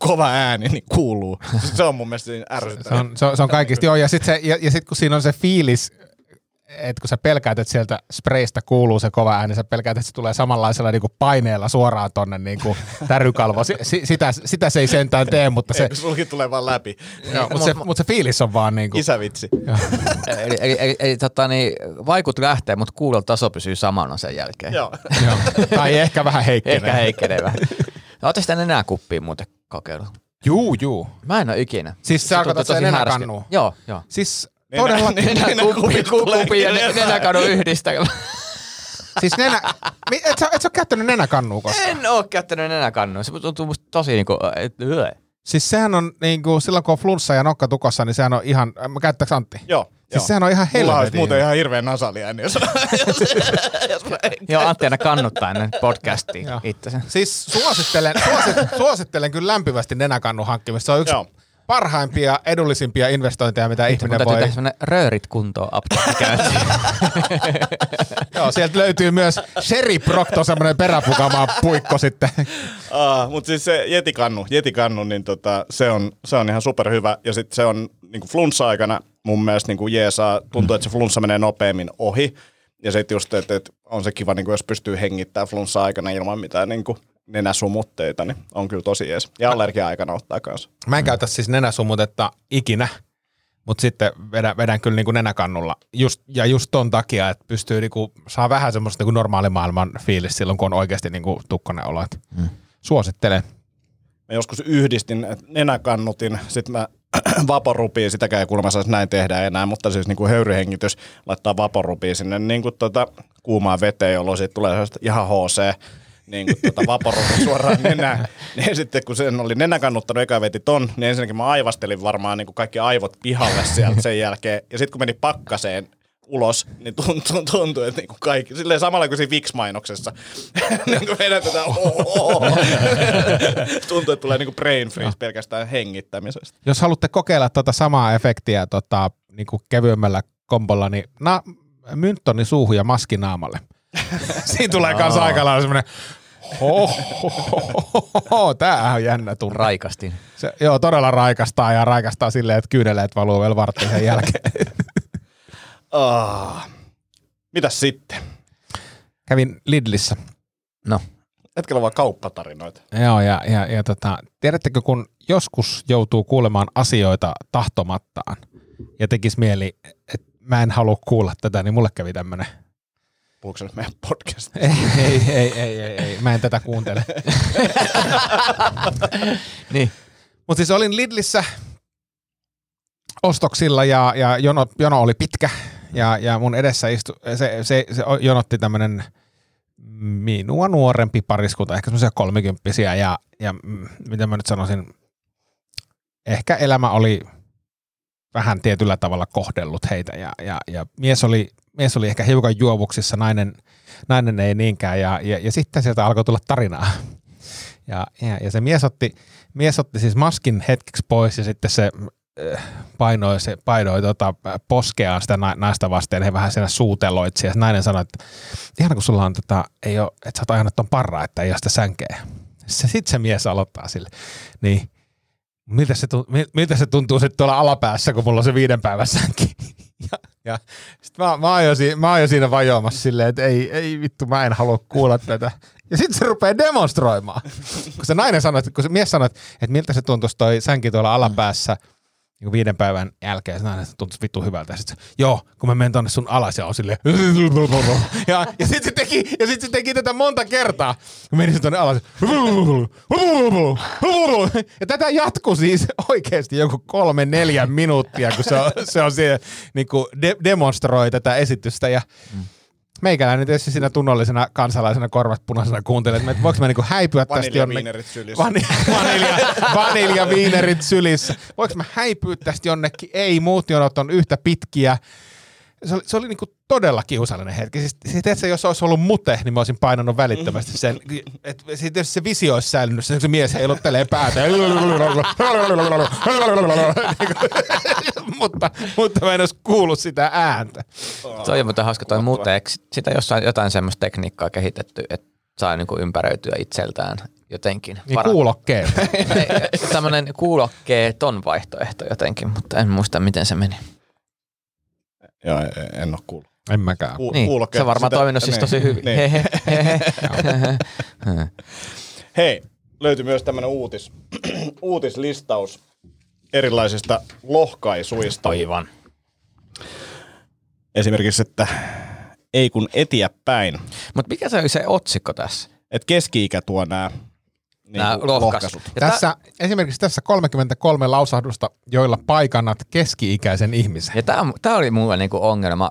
Speaker 5: kova ääni, niin kuuluu. Se on mun mielestä niin
Speaker 4: Se
Speaker 5: ärsyttävää.
Speaker 4: on, se on, se on kaikista, joo, ja sitten ja, ja sit kun siinä on se fiilis, että kun sä pelkäät, että sieltä spraystä kuuluu se kova ääni, sä pelkäät, että se tulee samanlaisella niinku paineella suoraan tonne niinku tärykalvo. Si, si, sitä, sitä se ei sentään tee, mutta se,
Speaker 5: Ei, kun Sulki tulee vaan läpi.
Speaker 4: joo, mutta se, mut se fiilis on vaan niinku,
Speaker 5: Isävitsi.
Speaker 2: Eli, eli, eli, eli tota, niin, vaikut lähtee, mutta kuulon taso pysyy samana sen jälkeen.
Speaker 5: Joo.
Speaker 4: joo, tai ehkä vähän heikkenee.
Speaker 2: Ehkä heikkenee vähän. No, ootte sitä enää kuppiin muuten kokeillut?
Speaker 4: Juu, juu.
Speaker 2: Mä en ole ikinä.
Speaker 4: Siis sä
Speaker 2: tuntuu
Speaker 4: tarkoitat
Speaker 2: tosi
Speaker 4: sen
Speaker 2: härski-
Speaker 4: nenäkannuun?
Speaker 2: Joo, joo.
Speaker 4: Siis
Speaker 5: Nenä-
Speaker 4: todella,
Speaker 5: nenä-
Speaker 2: Kuppi,
Speaker 5: nenäkupit tulee
Speaker 2: kuppi ja
Speaker 5: kyllä
Speaker 2: ne-
Speaker 5: jotain.
Speaker 2: nenäkadun yhdistelmä.
Speaker 4: Siis nenä, Mi- et sä, et sä ole käyttänyt nenäkannua koskaan?
Speaker 2: En oo käyttänyt nenäkannua. Se tuntuu musta tosi niinku... et- yö.
Speaker 4: Siis sehän on niinku, silloin kun on flunssa ja nokka tukossa, niin sehän on ihan, äh, mä käyttääks Antti?
Speaker 5: Joo.
Speaker 4: Siis sehän on ihan
Speaker 5: Mulla olisi
Speaker 4: helvetin.
Speaker 5: muuten ihan hirveän nasali ääni, jos, jos, jos mä en-
Speaker 2: Joo, Antti aina kannuttaa ennen podcastiin
Speaker 4: Joo.
Speaker 2: itsensä.
Speaker 4: Siis suosittelen, suosit, suosittelen kyllä lämpimästi nenäkannun hankkimista. Se on yksi
Speaker 5: Joo.
Speaker 4: parhaimpia, edullisimpia investointeja, mitä
Speaker 2: Mun
Speaker 4: ihminen
Speaker 2: täytyy
Speaker 4: voi...
Speaker 2: tehdä semmonen röörit kuntoon apteekkikäynti.
Speaker 4: Joo, sieltä löytyy myös Sherry Procto, semmoinen peräpukamaa puikko sitten.
Speaker 5: Ah, mutta siis se jetikannu, jetikannu niin tota, se, on, se on ihan superhyvä. Ja sitten se on niin flunssa-aikana mun mielestä niin jeesaa. Tuntuu, että se flunssa menee nopeammin niinku, ohi. Ja sitten just, että et on se kiva, niin jos pystyy hengittämään flunssa-aikana ilman mitään niin kuin, nenäsumutteita, niin on kyllä tosi jees. Ja allergia-aikana ottaa kanssa.
Speaker 4: Mä en käytä siis nenäsumutetta ikinä, mutta sitten vedän, vedän kyllä niin kuin nenäkannulla. Just, ja just ton takia, että pystyy niin kuin, saa vähän semmoista niin normaalimaailman fiilis silloin, kun on oikeasti niin kuin tukkonen olo. Mm. Suosittelen.
Speaker 5: Mä joskus yhdistin että nenäkannutin, sitten mä vaporupia, sitäkään ei kuulemma saisi näin tehdä enää, mutta siis niin kuin höyryhengitys laittaa vaporupia sinne niin kuin tuota, kuumaan veteen, jolloin siitä tulee sellaista ihan HC, niin kuin tuota, vaporupi suoraan nenään. Niin sitten kun sen oli nenäkannuttanut, eka veti ton, niin ensinnäkin mä aivastelin varmaan niin kuin kaikki aivot pihalle sieltä sen jälkeen. Ja sitten kun meni pakkaseen, ulos, niin tuntuu, tuntuu että niinku kaikki, silleen samalla kuin siinä Vix-mainoksessa, niin kuin vedätetään, tuntuu, että tulee niinku brain freeze pelkästään hengittämisestä.
Speaker 4: Jos haluatte kokeilla tuota samaa efektiä tota, niin kuin kevyemmällä kombolla, niin na, mynttoni suuhun ja maski naamalle. Siinä tulee myös aika lailla semmoinen Hohohoho, tämähän on jännä tunne.
Speaker 2: Raikastin.
Speaker 4: Se, joo, todella raikastaa ja raikastaa silleen, että kyyneleet valuu vielä vartin sen jälkeen.
Speaker 5: Ah. Mitäs sitten?
Speaker 4: Kävin Lidlissä.
Speaker 2: No,
Speaker 5: Hetkellä vaan kauppatarinoita.
Speaker 4: Joo, ja, ja, ja tota, tiedättekö, kun joskus joutuu kuulemaan asioita tahtomattaan ja tekisi mieli, että mä en halua kuulla tätä, niin mulle kävi tämmönen.
Speaker 5: Puhuuko se nyt meidän podcast?
Speaker 4: Ei, ei, ei, ei, ei, ei, mä en tätä kuuntele.
Speaker 2: niin.
Speaker 4: Mutta siis olin Lidlissä ostoksilla ja, ja jono, jono oli pitkä ja, ja mun edessä istu, se, se, se jonotti tämmöinen minua nuorempi pariskunta, ehkä semmoisia kolmikymppisiä ja, ja mm, miten mä nyt sanoisin, ehkä elämä oli vähän tietyllä tavalla kohdellut heitä ja, ja, ja mies, oli, mies oli ehkä hiukan juovuksissa, nainen, nainen ei niinkään ja, ja, ja sitten sieltä alkoi tulla tarinaa. Ja, ja, ja se mies otti, mies otti siis maskin hetkeksi pois ja sitten se äh, painoi, se, painoi tota, poskeaan sitä na- naista vasten ja he vähän siinä suuteloitsi. Ja se nainen sanoi, että ihana kun sulla on tota, ei ole, että sä oot ajanut ton parraa, että ei ole sitä sänkeä. Se, sitten se mies aloittaa sille. Niin, miltä se, tuntuu, miltä se tuntuu sitten tuolla alapäässä, kun mulla on se viiden päivän sänki. Ja, ja sit mä, mä, oon jo, si- mä oon jo siinä vajoamassa silleen, että ei, ei vittu, mä en halua kuulla tätä. Ja sitten se rupeaa demonstroimaan. Kun se nainen sanoi, että- kun se mies sanoi, että että miltä se tuntuisi toi sänki tuolla alapäässä, niin kuin viiden päivän jälkeen, se nainen tuntuisi vittu hyvältä. Ja sit se, joo, kun mä menen tonne sun alas ja on silleen, ja, ja sitten se, teki, ja sit se teki tätä monta kertaa, kun meni tonne alas. Ja tätä jatkuu siis oikeasti joku kolme, neljä minuuttia, kun se on, se on siellä, niin kuin de- demonstroi tätä esitystä. Ja meikäläinen tietysti siinä tunnollisena kansalaisena korvat punaisena kuuntelee, että mä, että voiko mä niinku häipyä tästä
Speaker 5: Vaniljaviinerit sylissä.
Speaker 4: Van, vanilja, vaniljaviinerit sylissä. Voiko mä häipyä tästä jonnekin? Ei, muut jonot on yhtä pitkiä. Se oli, se oli niinku todella kiusallinen hetki. Siis, siis tiedätkö, jos olisi ollut mute, niin mä olisin painanut välittömästi sen. Et, siis jos se visio olisi säilynyt, se, se mies heiluttelee päätä. mutta, mutta mä en olisi kuullut sitä ääntä.
Speaker 2: Toi on muuten hauska toi muuten, eikö sitä jossain jotain semmoista tekniikkaa kehitetty, että saa niinku ympäröityä itseltään jotenkin.
Speaker 4: Niin kuulokkeet.
Speaker 2: Tämmöinen kuulokkeeton vaihtoehto jotenkin, mutta en muista miten se meni. Niin,
Speaker 5: Joo, en- en ole kuullut.
Speaker 4: En mäkään.
Speaker 5: Ku-
Speaker 2: Niin,
Speaker 5: kuulokkeet-
Speaker 2: se on varmaan
Speaker 5: sitä-
Speaker 2: toiminut siis
Speaker 5: niin,
Speaker 2: tosi hyvin.
Speaker 5: niin.
Speaker 2: Hehe, hehe.
Speaker 5: Hei, löytyi myös tämmöinen uutis, uutislistaus erilaisista lohkaisuista.
Speaker 2: Aivan.
Speaker 5: Esimerkiksi, että ei kun etiäpäin.
Speaker 2: Mutta mikä se oli se otsikko tässä?
Speaker 5: Että keski-ikä tuo nämä
Speaker 2: Nämä
Speaker 5: niinku,
Speaker 2: lohkaisut. Ja
Speaker 4: Tässä, esimerkiksi tässä 33 lausahdusta, joilla paikannat keski-ikäisen ihmisen.
Speaker 2: Ja tämä, tämä oli mulle niinku ongelma,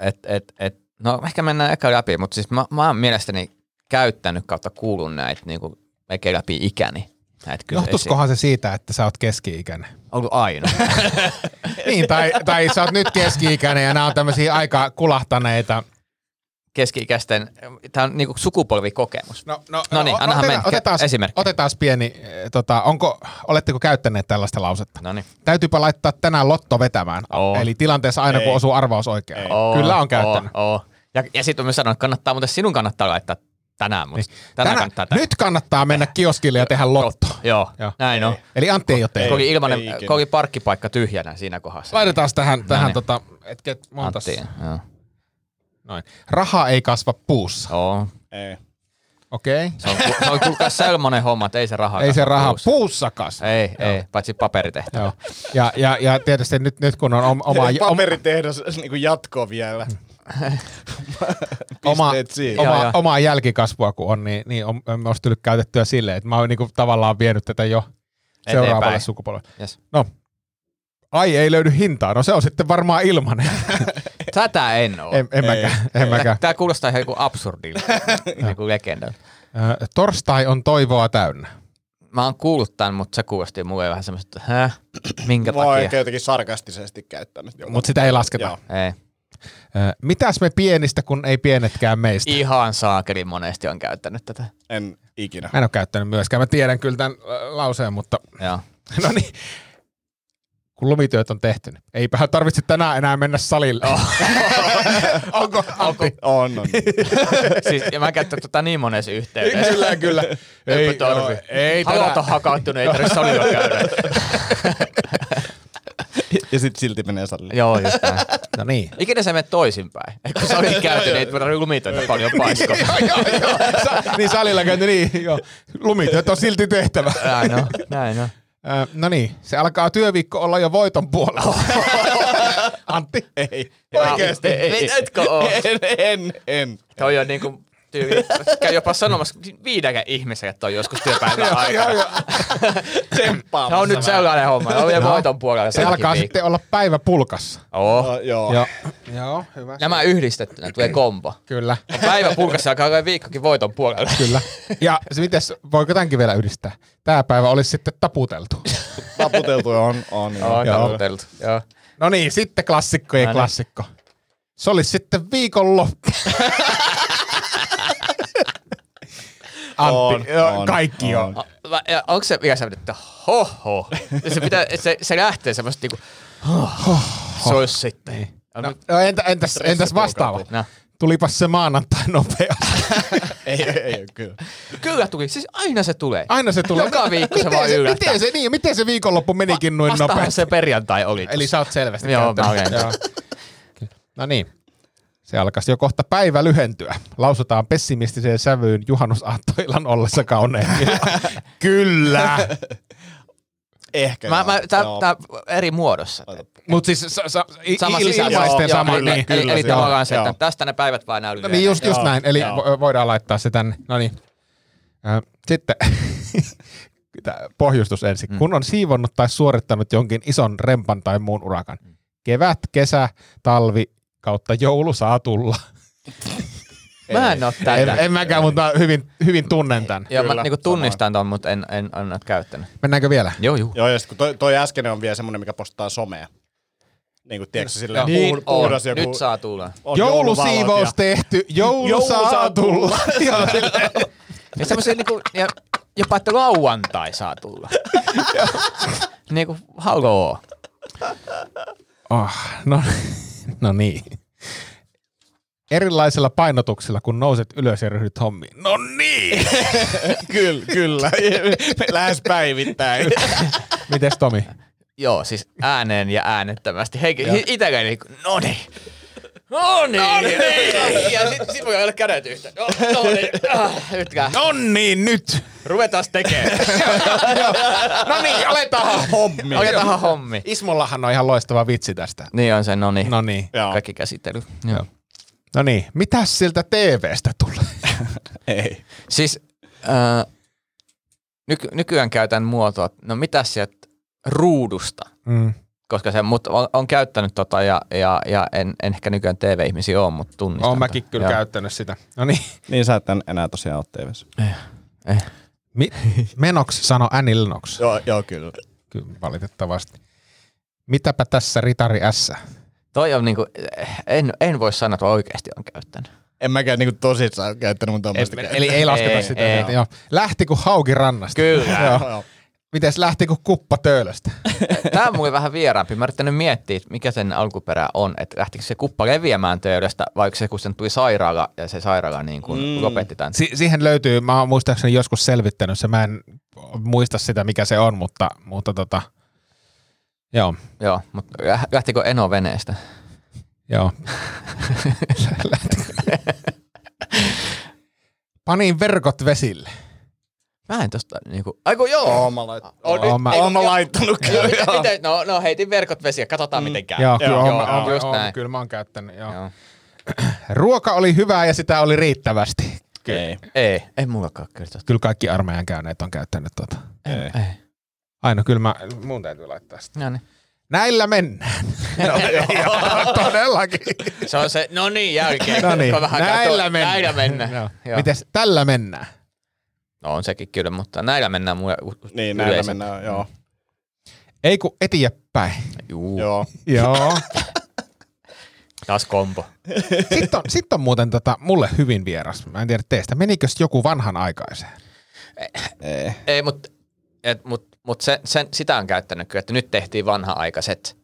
Speaker 2: että et, et, no ehkä mennään eka läpi, mutta siis mä, mä oon mielestäni käyttänyt kautta kuulun näitä niinku, melkein läpi ikäni. Näitä kyllä
Speaker 4: Johtuskohan se siitä, että sä oot keski-ikäinen?
Speaker 2: Ollut aina.
Speaker 4: Niin, tai, tai sä oot nyt keski-ikäinen ja nämä on tämmöisiä aika kulahtaneita.
Speaker 2: Keski-ikäisten, tämä on niinku sukupolvikokemus. No niin,
Speaker 4: o-
Speaker 2: annahan mennä.
Speaker 4: otetaan,
Speaker 2: Esimerkki.
Speaker 4: Otetaan pieni, eh, tota, onko, oletteko käyttäneet tällaista lausetta?
Speaker 2: No niin.
Speaker 4: Täytyypä laittaa tänään lotto vetämään.
Speaker 2: Oo.
Speaker 4: Eli tilanteessa aina, kun
Speaker 5: Ei.
Speaker 4: osuu arvaus oikein. Kyllä on käyttänyt.
Speaker 2: Oo, oo. Ja, ja sitten mä sanon, että kannattaa, mutta sinun kannattaa laittaa tänään, mutta niin. tänään,
Speaker 4: Tänä,
Speaker 2: kannattaa tänään.
Speaker 4: nyt kannattaa mennä kioskille ja tehdä lotto.
Speaker 2: Joo,
Speaker 4: Joo.
Speaker 2: Joo. näin on.
Speaker 4: Eli Antti ei ole tehnyt.
Speaker 2: Kun oli, ilmanen,
Speaker 5: ei ikinä.
Speaker 2: kun oli parkkipaikka tyhjänä siinä kohdassa.
Speaker 4: Laitetaan tähän, tähän
Speaker 2: niin.
Speaker 4: tota, et, et, montas,
Speaker 2: Anttiin. Joo.
Speaker 4: Noin. Raha ei kasva puussa.
Speaker 2: Joo.
Speaker 5: Ei.
Speaker 4: Okei.
Speaker 2: Se on, ku- se on kuulkaa semmoinen homma, että ei se raha
Speaker 4: Ei se
Speaker 2: kasva
Speaker 4: raha
Speaker 2: puussa.
Speaker 4: puussakas.
Speaker 2: Ei, ei, paitsi paperitehtävä.
Speaker 4: Joo. Ja, ja, ja tietysti nyt, nyt kun on oma, oma, oma,
Speaker 5: Paperitehdas niin jatko vielä.
Speaker 4: oma,
Speaker 5: Pisteet siihen.
Speaker 4: oma,
Speaker 2: Joo, joo.
Speaker 4: omaa jälkikasvua kun on, niin, niin on, on, on tullut käytettyä silleen, että mä oon niinku tavallaan vienyt tätä jo seuraavalle
Speaker 2: Eteenpäin.
Speaker 4: sukupolvelle.
Speaker 2: Yes.
Speaker 4: No, ai ei löydy hintaa. No se on sitten varmaan ilman.
Speaker 2: Tätä en oo.
Speaker 4: en, en mäkään. En mäkään.
Speaker 2: Tää kuulostaa ihan joku absurdilta, joku legenda.
Speaker 4: Ö, torstai on toivoa täynnä.
Speaker 2: Mä oon kuullut tän, mutta se kuulosti mulle vähän semmoista, että häh, minkä
Speaker 5: Mä oon ehkä
Speaker 2: takia?
Speaker 5: jotenkin sarkastisesti käyttänyt. jollain.
Speaker 4: Mutta sitä ei lasketa.
Speaker 5: Joo.
Speaker 2: Ei.
Speaker 4: Ö, Mitäs me pienistä, kun ei pienetkään meistä?
Speaker 2: Ihan saakeli monesti on käyttänyt tätä.
Speaker 5: En ikinä.
Speaker 4: Mä en ole käyttänyt myöskään. Mä tiedän kyllä tämän ö, lauseen, mutta
Speaker 2: Joo.
Speaker 4: no niin. Kun lumityöt on tehty, niin eipähän tarvitse tänään enää mennä salille. Onko? Oh. Onko?
Speaker 5: On, on.
Speaker 2: Siis, ja mä käytän tätä niin monessa yhteydessä.
Speaker 4: Kyllä, kyllä.
Speaker 2: Ei,
Speaker 4: joo, ei
Speaker 2: Haluat on hakattu, niin ei tarvitse salilla käydä.
Speaker 5: Ja sit silti menee salliin.
Speaker 2: Joo, just näin.
Speaker 4: No niin.
Speaker 2: Ikinä se menee toisinpäin. Kun sali käyty, niin ei tarvitse lumitöitä paljon paiskoa.
Speaker 4: Sa- niin salilla käyty, niin joo. Lumityöt on silti tehtävä.
Speaker 2: Näin on, näin on.
Speaker 4: Ö, no niin, se alkaa työviikko olla jo voiton puolella. Antti? Oh. Ei. Oikeesti?
Speaker 2: Ei, ei, ei. Etkö oo?
Speaker 5: En, en, en.
Speaker 2: Toi on niinku tyyli, käy jopa sanomassa viidäkään ihmiselle toi joskus työpäivän aikana. Se
Speaker 5: Tsemppaamassa.
Speaker 2: on nyt sellainen homma, se on vielä voiton puolella.
Speaker 4: No. Se alkaa sitten olla päivä pulkassa.
Speaker 2: Oh.
Speaker 5: No, joo.
Speaker 4: Joo. Joo, hyvä.
Speaker 2: Nämä yhdistettynä tulee kombo.
Speaker 4: Kyllä.
Speaker 2: Päivä pulkassa alkaa olla viikkokin voiton puolella.
Speaker 4: Kyllä. Ja se, mites, voiko tämänkin vielä yhdistää? Tämä päivä olisi sitten taputeltu.
Speaker 5: Taputeltu on, on. joo.
Speaker 2: On
Speaker 5: Joo.
Speaker 2: taputeltu. Joo.
Speaker 4: No niin, sitten klassikko ja
Speaker 2: No niin.
Speaker 4: klassikko. Se olisi sitten viikonloppu. Antti,
Speaker 5: On,
Speaker 4: joo,
Speaker 5: on,
Speaker 4: kaikki on.
Speaker 5: on.
Speaker 2: O- va- ja Onko se vielä semmoinen, että hoho? Se, pitää, se, se lähtee semmoista niinku, hoho. Se olisi sitten.
Speaker 4: No, no, entä, entäs, entäs vastaava?
Speaker 2: No.
Speaker 4: Tulipas se maanantai nopeasti.
Speaker 5: Ei, ei, ei, kyllä.
Speaker 2: Kyllä tuli, siis aina se tulee.
Speaker 4: Aina se tulee.
Speaker 2: Joka viikko se
Speaker 4: miten
Speaker 2: vaan
Speaker 4: se,
Speaker 2: yllättää.
Speaker 4: miten se, niin, miten se viikonloppu menikin noin
Speaker 2: Vastahan
Speaker 4: nopeasti?
Speaker 2: se perjantai oli.
Speaker 4: Eli sä oot selvästi
Speaker 2: Joo, mä
Speaker 4: käyttänyt.
Speaker 2: olen.
Speaker 4: Joo. No niin. Se alkaisi jo kohta päivä lyhentyä. Lausutaan pessimistiseen sävyyn juhannusaattoillan ollessa kauneen. Kyllä.
Speaker 5: Ehkä.
Speaker 2: Mä, mä, tää,
Speaker 5: Joo.
Speaker 2: tää eri muodossa.
Speaker 4: Mutta siis sa, sa, i-
Speaker 2: Sama
Speaker 4: il-
Speaker 2: sisältö.
Speaker 4: ilmaisten
Speaker 2: Joo,
Speaker 4: sama.
Speaker 2: joo,
Speaker 4: Niin,
Speaker 2: eli, eli
Speaker 5: kyllä,
Speaker 2: tavallaan se,
Speaker 5: joo.
Speaker 2: että tästä ne päivät vaan näy
Speaker 4: no niin just, just
Speaker 5: Joo,
Speaker 4: näin. Eli
Speaker 5: joo.
Speaker 4: vo- voidaan laittaa se tänne. No niin. Ö, Sitten tää pohjustus ensin.
Speaker 2: Mm.
Speaker 4: Kun on siivonnut tai suorittanut jonkin ison rempan tai muun urakan. Kevät, kesä, talvi kautta joulu saa tulla.
Speaker 2: Mä en oo
Speaker 4: En,
Speaker 2: tätä.
Speaker 4: en mäkään, mutta mä hyvin, hyvin tunnen tämän.
Speaker 2: Joo, mä
Speaker 5: Kyllä,
Speaker 2: niinku tunnistan ton, mutta en, en, en ole käyttänyt.
Speaker 4: Mennäänkö vielä?
Speaker 2: Joo, juu.
Speaker 5: Joo, ja sit kun toi, toi äskeinen on vielä semmoinen, mikä postaa somea. Niin kuin, tiedätkö, silleen
Speaker 2: Niin
Speaker 5: puhd- puhdas
Speaker 2: on.
Speaker 5: joku...
Speaker 2: Nyt saa tulla.
Speaker 5: on
Speaker 4: Joulusiivous
Speaker 5: jouluvalot
Speaker 4: tehty, joulu,
Speaker 5: Joulu
Speaker 4: saa,
Speaker 5: saa
Speaker 4: tulla.
Speaker 5: tulla.
Speaker 4: Joo, silleen.
Speaker 2: Ja semmosia niinku, ja jopa että lauantai saa tulla. niinku, haloo.
Speaker 4: oh, no, no niin. Erilaisilla painotuksilla, kun nouset ylös ja ryhdyt hommiin. No niin!
Speaker 5: ja- Kyllä, kyllä. Lähes päivittäin.
Speaker 4: Mites Tomi?
Speaker 2: Joo, siis ääneen ja äänettömästi. Heikki, itäkään niinku, no niin. No niin. Ja sit, sit voi olla kädet yhtä. No, no niin. Ah, nytkään.
Speaker 4: No niin, nyt!
Speaker 2: Ruvetaan tekemään.
Speaker 4: No niin, aletaan hommi.
Speaker 2: Otetaan hommi.
Speaker 4: Ismollahan on ihan loistava vitsi tästä.
Speaker 2: Niin on se, no niin.
Speaker 4: No niin.
Speaker 5: Joo.
Speaker 2: Kaikki käsittely. Joo.
Speaker 4: No niin, mitäs siltä TVstä tulee?
Speaker 5: Ei.
Speaker 2: Siis äh, nyky- nykyään käytän muotoa, no mitä sieltä ruudusta,
Speaker 4: Mm.
Speaker 2: koska se mut on, on käyttänyt tota ja, ja, ja en, en ehkä nykyään TV-ihmisiä ole, mutta tunnistan.
Speaker 4: Oon mäkin
Speaker 2: tän.
Speaker 4: kyllä
Speaker 2: Joo.
Speaker 4: käyttänyt sitä. No niin.
Speaker 5: Niin sä et en- enää tosiaan ole TVssä.
Speaker 4: Mi- menoksi sano änilnoksi.
Speaker 5: Joo, joo kyllä.
Speaker 4: Kyllä, valitettavasti. Mitäpä tässä Ritari S?
Speaker 2: Toi on niinku, en, en voi sanoa, että oikeasti on käyttänyt.
Speaker 5: En mäkään niinku tosissaan ole käyttänyt mun tämmöistä.
Speaker 4: Eli ei lasketa
Speaker 2: Ei,
Speaker 4: sitä.
Speaker 2: ei.
Speaker 4: Joo. Lähti kuin hauki rannasta.
Speaker 2: Kyllä.
Speaker 4: Joo. Mites lähti kuin kuppa töölöstä?
Speaker 2: Tämä on mulle vähän vieraampi. Mä yrittänyt miettiä, että mikä sen alkuperä on, että lähtikö se kuppa leviämään töydestä, vai onko se, kun sen tuli sairaala ja se sairaala niin kuin mm. lopetti tämän.
Speaker 4: Si- siihen löytyy, mä oon muistaakseni joskus selvittänyt se, mä en muista sitä mikä se on, mutta, mutta tota, joo,
Speaker 2: Joo, mutta läh- lähtikö eno veneestä?
Speaker 4: joo. Lähti. Panin verkot vesille.
Speaker 2: Mä en tosta niinku... Aiku joo!
Speaker 5: mä laittanut.
Speaker 2: On nyt-
Speaker 4: Oon mä-
Speaker 2: ei,
Speaker 5: Oon mä
Speaker 2: joo.
Speaker 5: laittanut
Speaker 2: Joo,
Speaker 5: kyllä.
Speaker 2: mitä- mitä- No, no heitin verkot vesiä, katsotaan miten käy.
Speaker 4: Joo, kyllä,
Speaker 5: Joo,
Speaker 4: joo,
Speaker 5: joo,
Speaker 4: mä,
Speaker 5: joo,
Speaker 4: oon-
Speaker 2: just
Speaker 4: oon-
Speaker 2: näin.
Speaker 4: kyllä mä oon käyttänyt. Joo.
Speaker 2: Joo.
Speaker 4: Ruoka oli hyvää ja sitä oli riittävästi.
Speaker 5: Ei.
Speaker 2: Ei, ei mullakaan kyllä tosta.
Speaker 4: Kyllä kaikki armeijan käyneet on käyttänyt tuota.
Speaker 5: Ei.
Speaker 2: Ei.
Speaker 4: Aina kyllä mä, mun täytyy laittaa sitä.
Speaker 2: No niin.
Speaker 4: Näillä mennään. Joo, Todellakin.
Speaker 2: Se on se, no niin, jälkeen.
Speaker 4: No niin,
Speaker 2: kun vähän
Speaker 4: näillä
Speaker 2: katsoo-
Speaker 4: mennään.
Speaker 2: Näillä mennään.
Speaker 4: Joo.
Speaker 2: Joo.
Speaker 4: Mites tällä mennään?
Speaker 2: No on sekin kyllä, mutta näillä mennään mulle u-
Speaker 5: Niin, näillä
Speaker 2: yleensä.
Speaker 5: mennään, joo.
Speaker 2: Mm.
Speaker 4: Ei kun eteenpäin.
Speaker 2: Juu,
Speaker 5: Joo.
Speaker 4: Joo.
Speaker 2: taas kombo.
Speaker 4: Sitten on, sit on muuten tota, mulle hyvin vieras. Mä en tiedä teistä. Menikös joku vanhan aikaiseen?
Speaker 5: Ei.
Speaker 2: Ei, mutta mut, mut se, sen, sitä on käyttänyt kyllä, että nyt tehtiin vanha-aikaiset.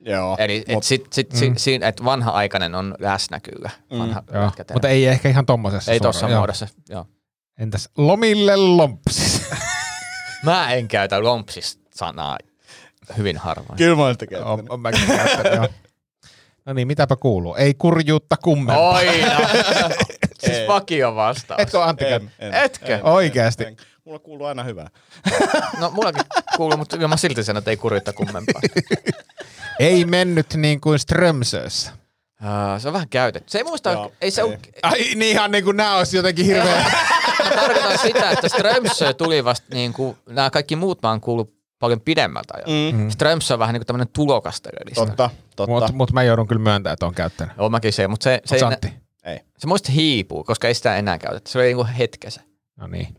Speaker 5: Joo.
Speaker 2: Eli et
Speaker 5: Ah, Mut-
Speaker 2: sit, sit, mm. si, siinä, että vanha-aikainen on läsnä kyllä. Vanha,
Speaker 4: Joo.
Speaker 2: mm.
Speaker 4: Mutta ei ehkä ihan tommosessa
Speaker 2: ei
Speaker 4: suoraan.
Speaker 2: tuossa
Speaker 4: Joo.
Speaker 2: muodossa. Joo.
Speaker 4: Entäs lomille lompsis?
Speaker 2: Mä en käytä lompsis-sanaa hyvin harvoin.
Speaker 5: Kyllä mä oon sitä käyttänyt.
Speaker 4: on, on mäkin käyttänyt, joo. No niin, mitäpä kuuluu? Ei kurjuutta kummempaa.
Speaker 2: Oi, no. siis
Speaker 5: Ei.
Speaker 2: vakio vastaus.
Speaker 4: Etkö ole Antti
Speaker 5: En,
Speaker 4: käyttänyt?
Speaker 5: en,
Speaker 2: Etkö?
Speaker 5: en,
Speaker 4: Oikeesti?
Speaker 5: en. Mulla kuuluu aina hyvää.
Speaker 2: No mullakin kuuluu, mutta kyllä mä silti sanon, että ei kurjuutta kummempaa.
Speaker 4: Ei mennyt niin kuin Strömsössä.
Speaker 2: Ah, se on vähän käytetty. Se ei muista,
Speaker 5: Joo,
Speaker 2: ei se
Speaker 5: ei.
Speaker 2: ole,
Speaker 4: Ai niin ihan niin kuin nää olisi jotenkin hirveä.
Speaker 2: Mä tarkoitan sitä, että Strömsö tuli vasta niin kuin, nämä kaikki muut mä oon kuullut paljon pidemmältä ajalta. Mm. Strömsö on vähän niin kuin tämmöinen tulokastelelista.
Speaker 5: Totta, totta.
Speaker 4: Mutta mut mä joudun kyllä myöntämään, että on käyttänyt.
Speaker 2: Joo, mäkin se, mutta se, se,
Speaker 4: Se
Speaker 2: ei,
Speaker 4: Santti.
Speaker 5: Ei.
Speaker 2: se muista hiipuu, koska ei sitä enää käytetä. Se oli niin kuin hetkensä.
Speaker 4: No niin.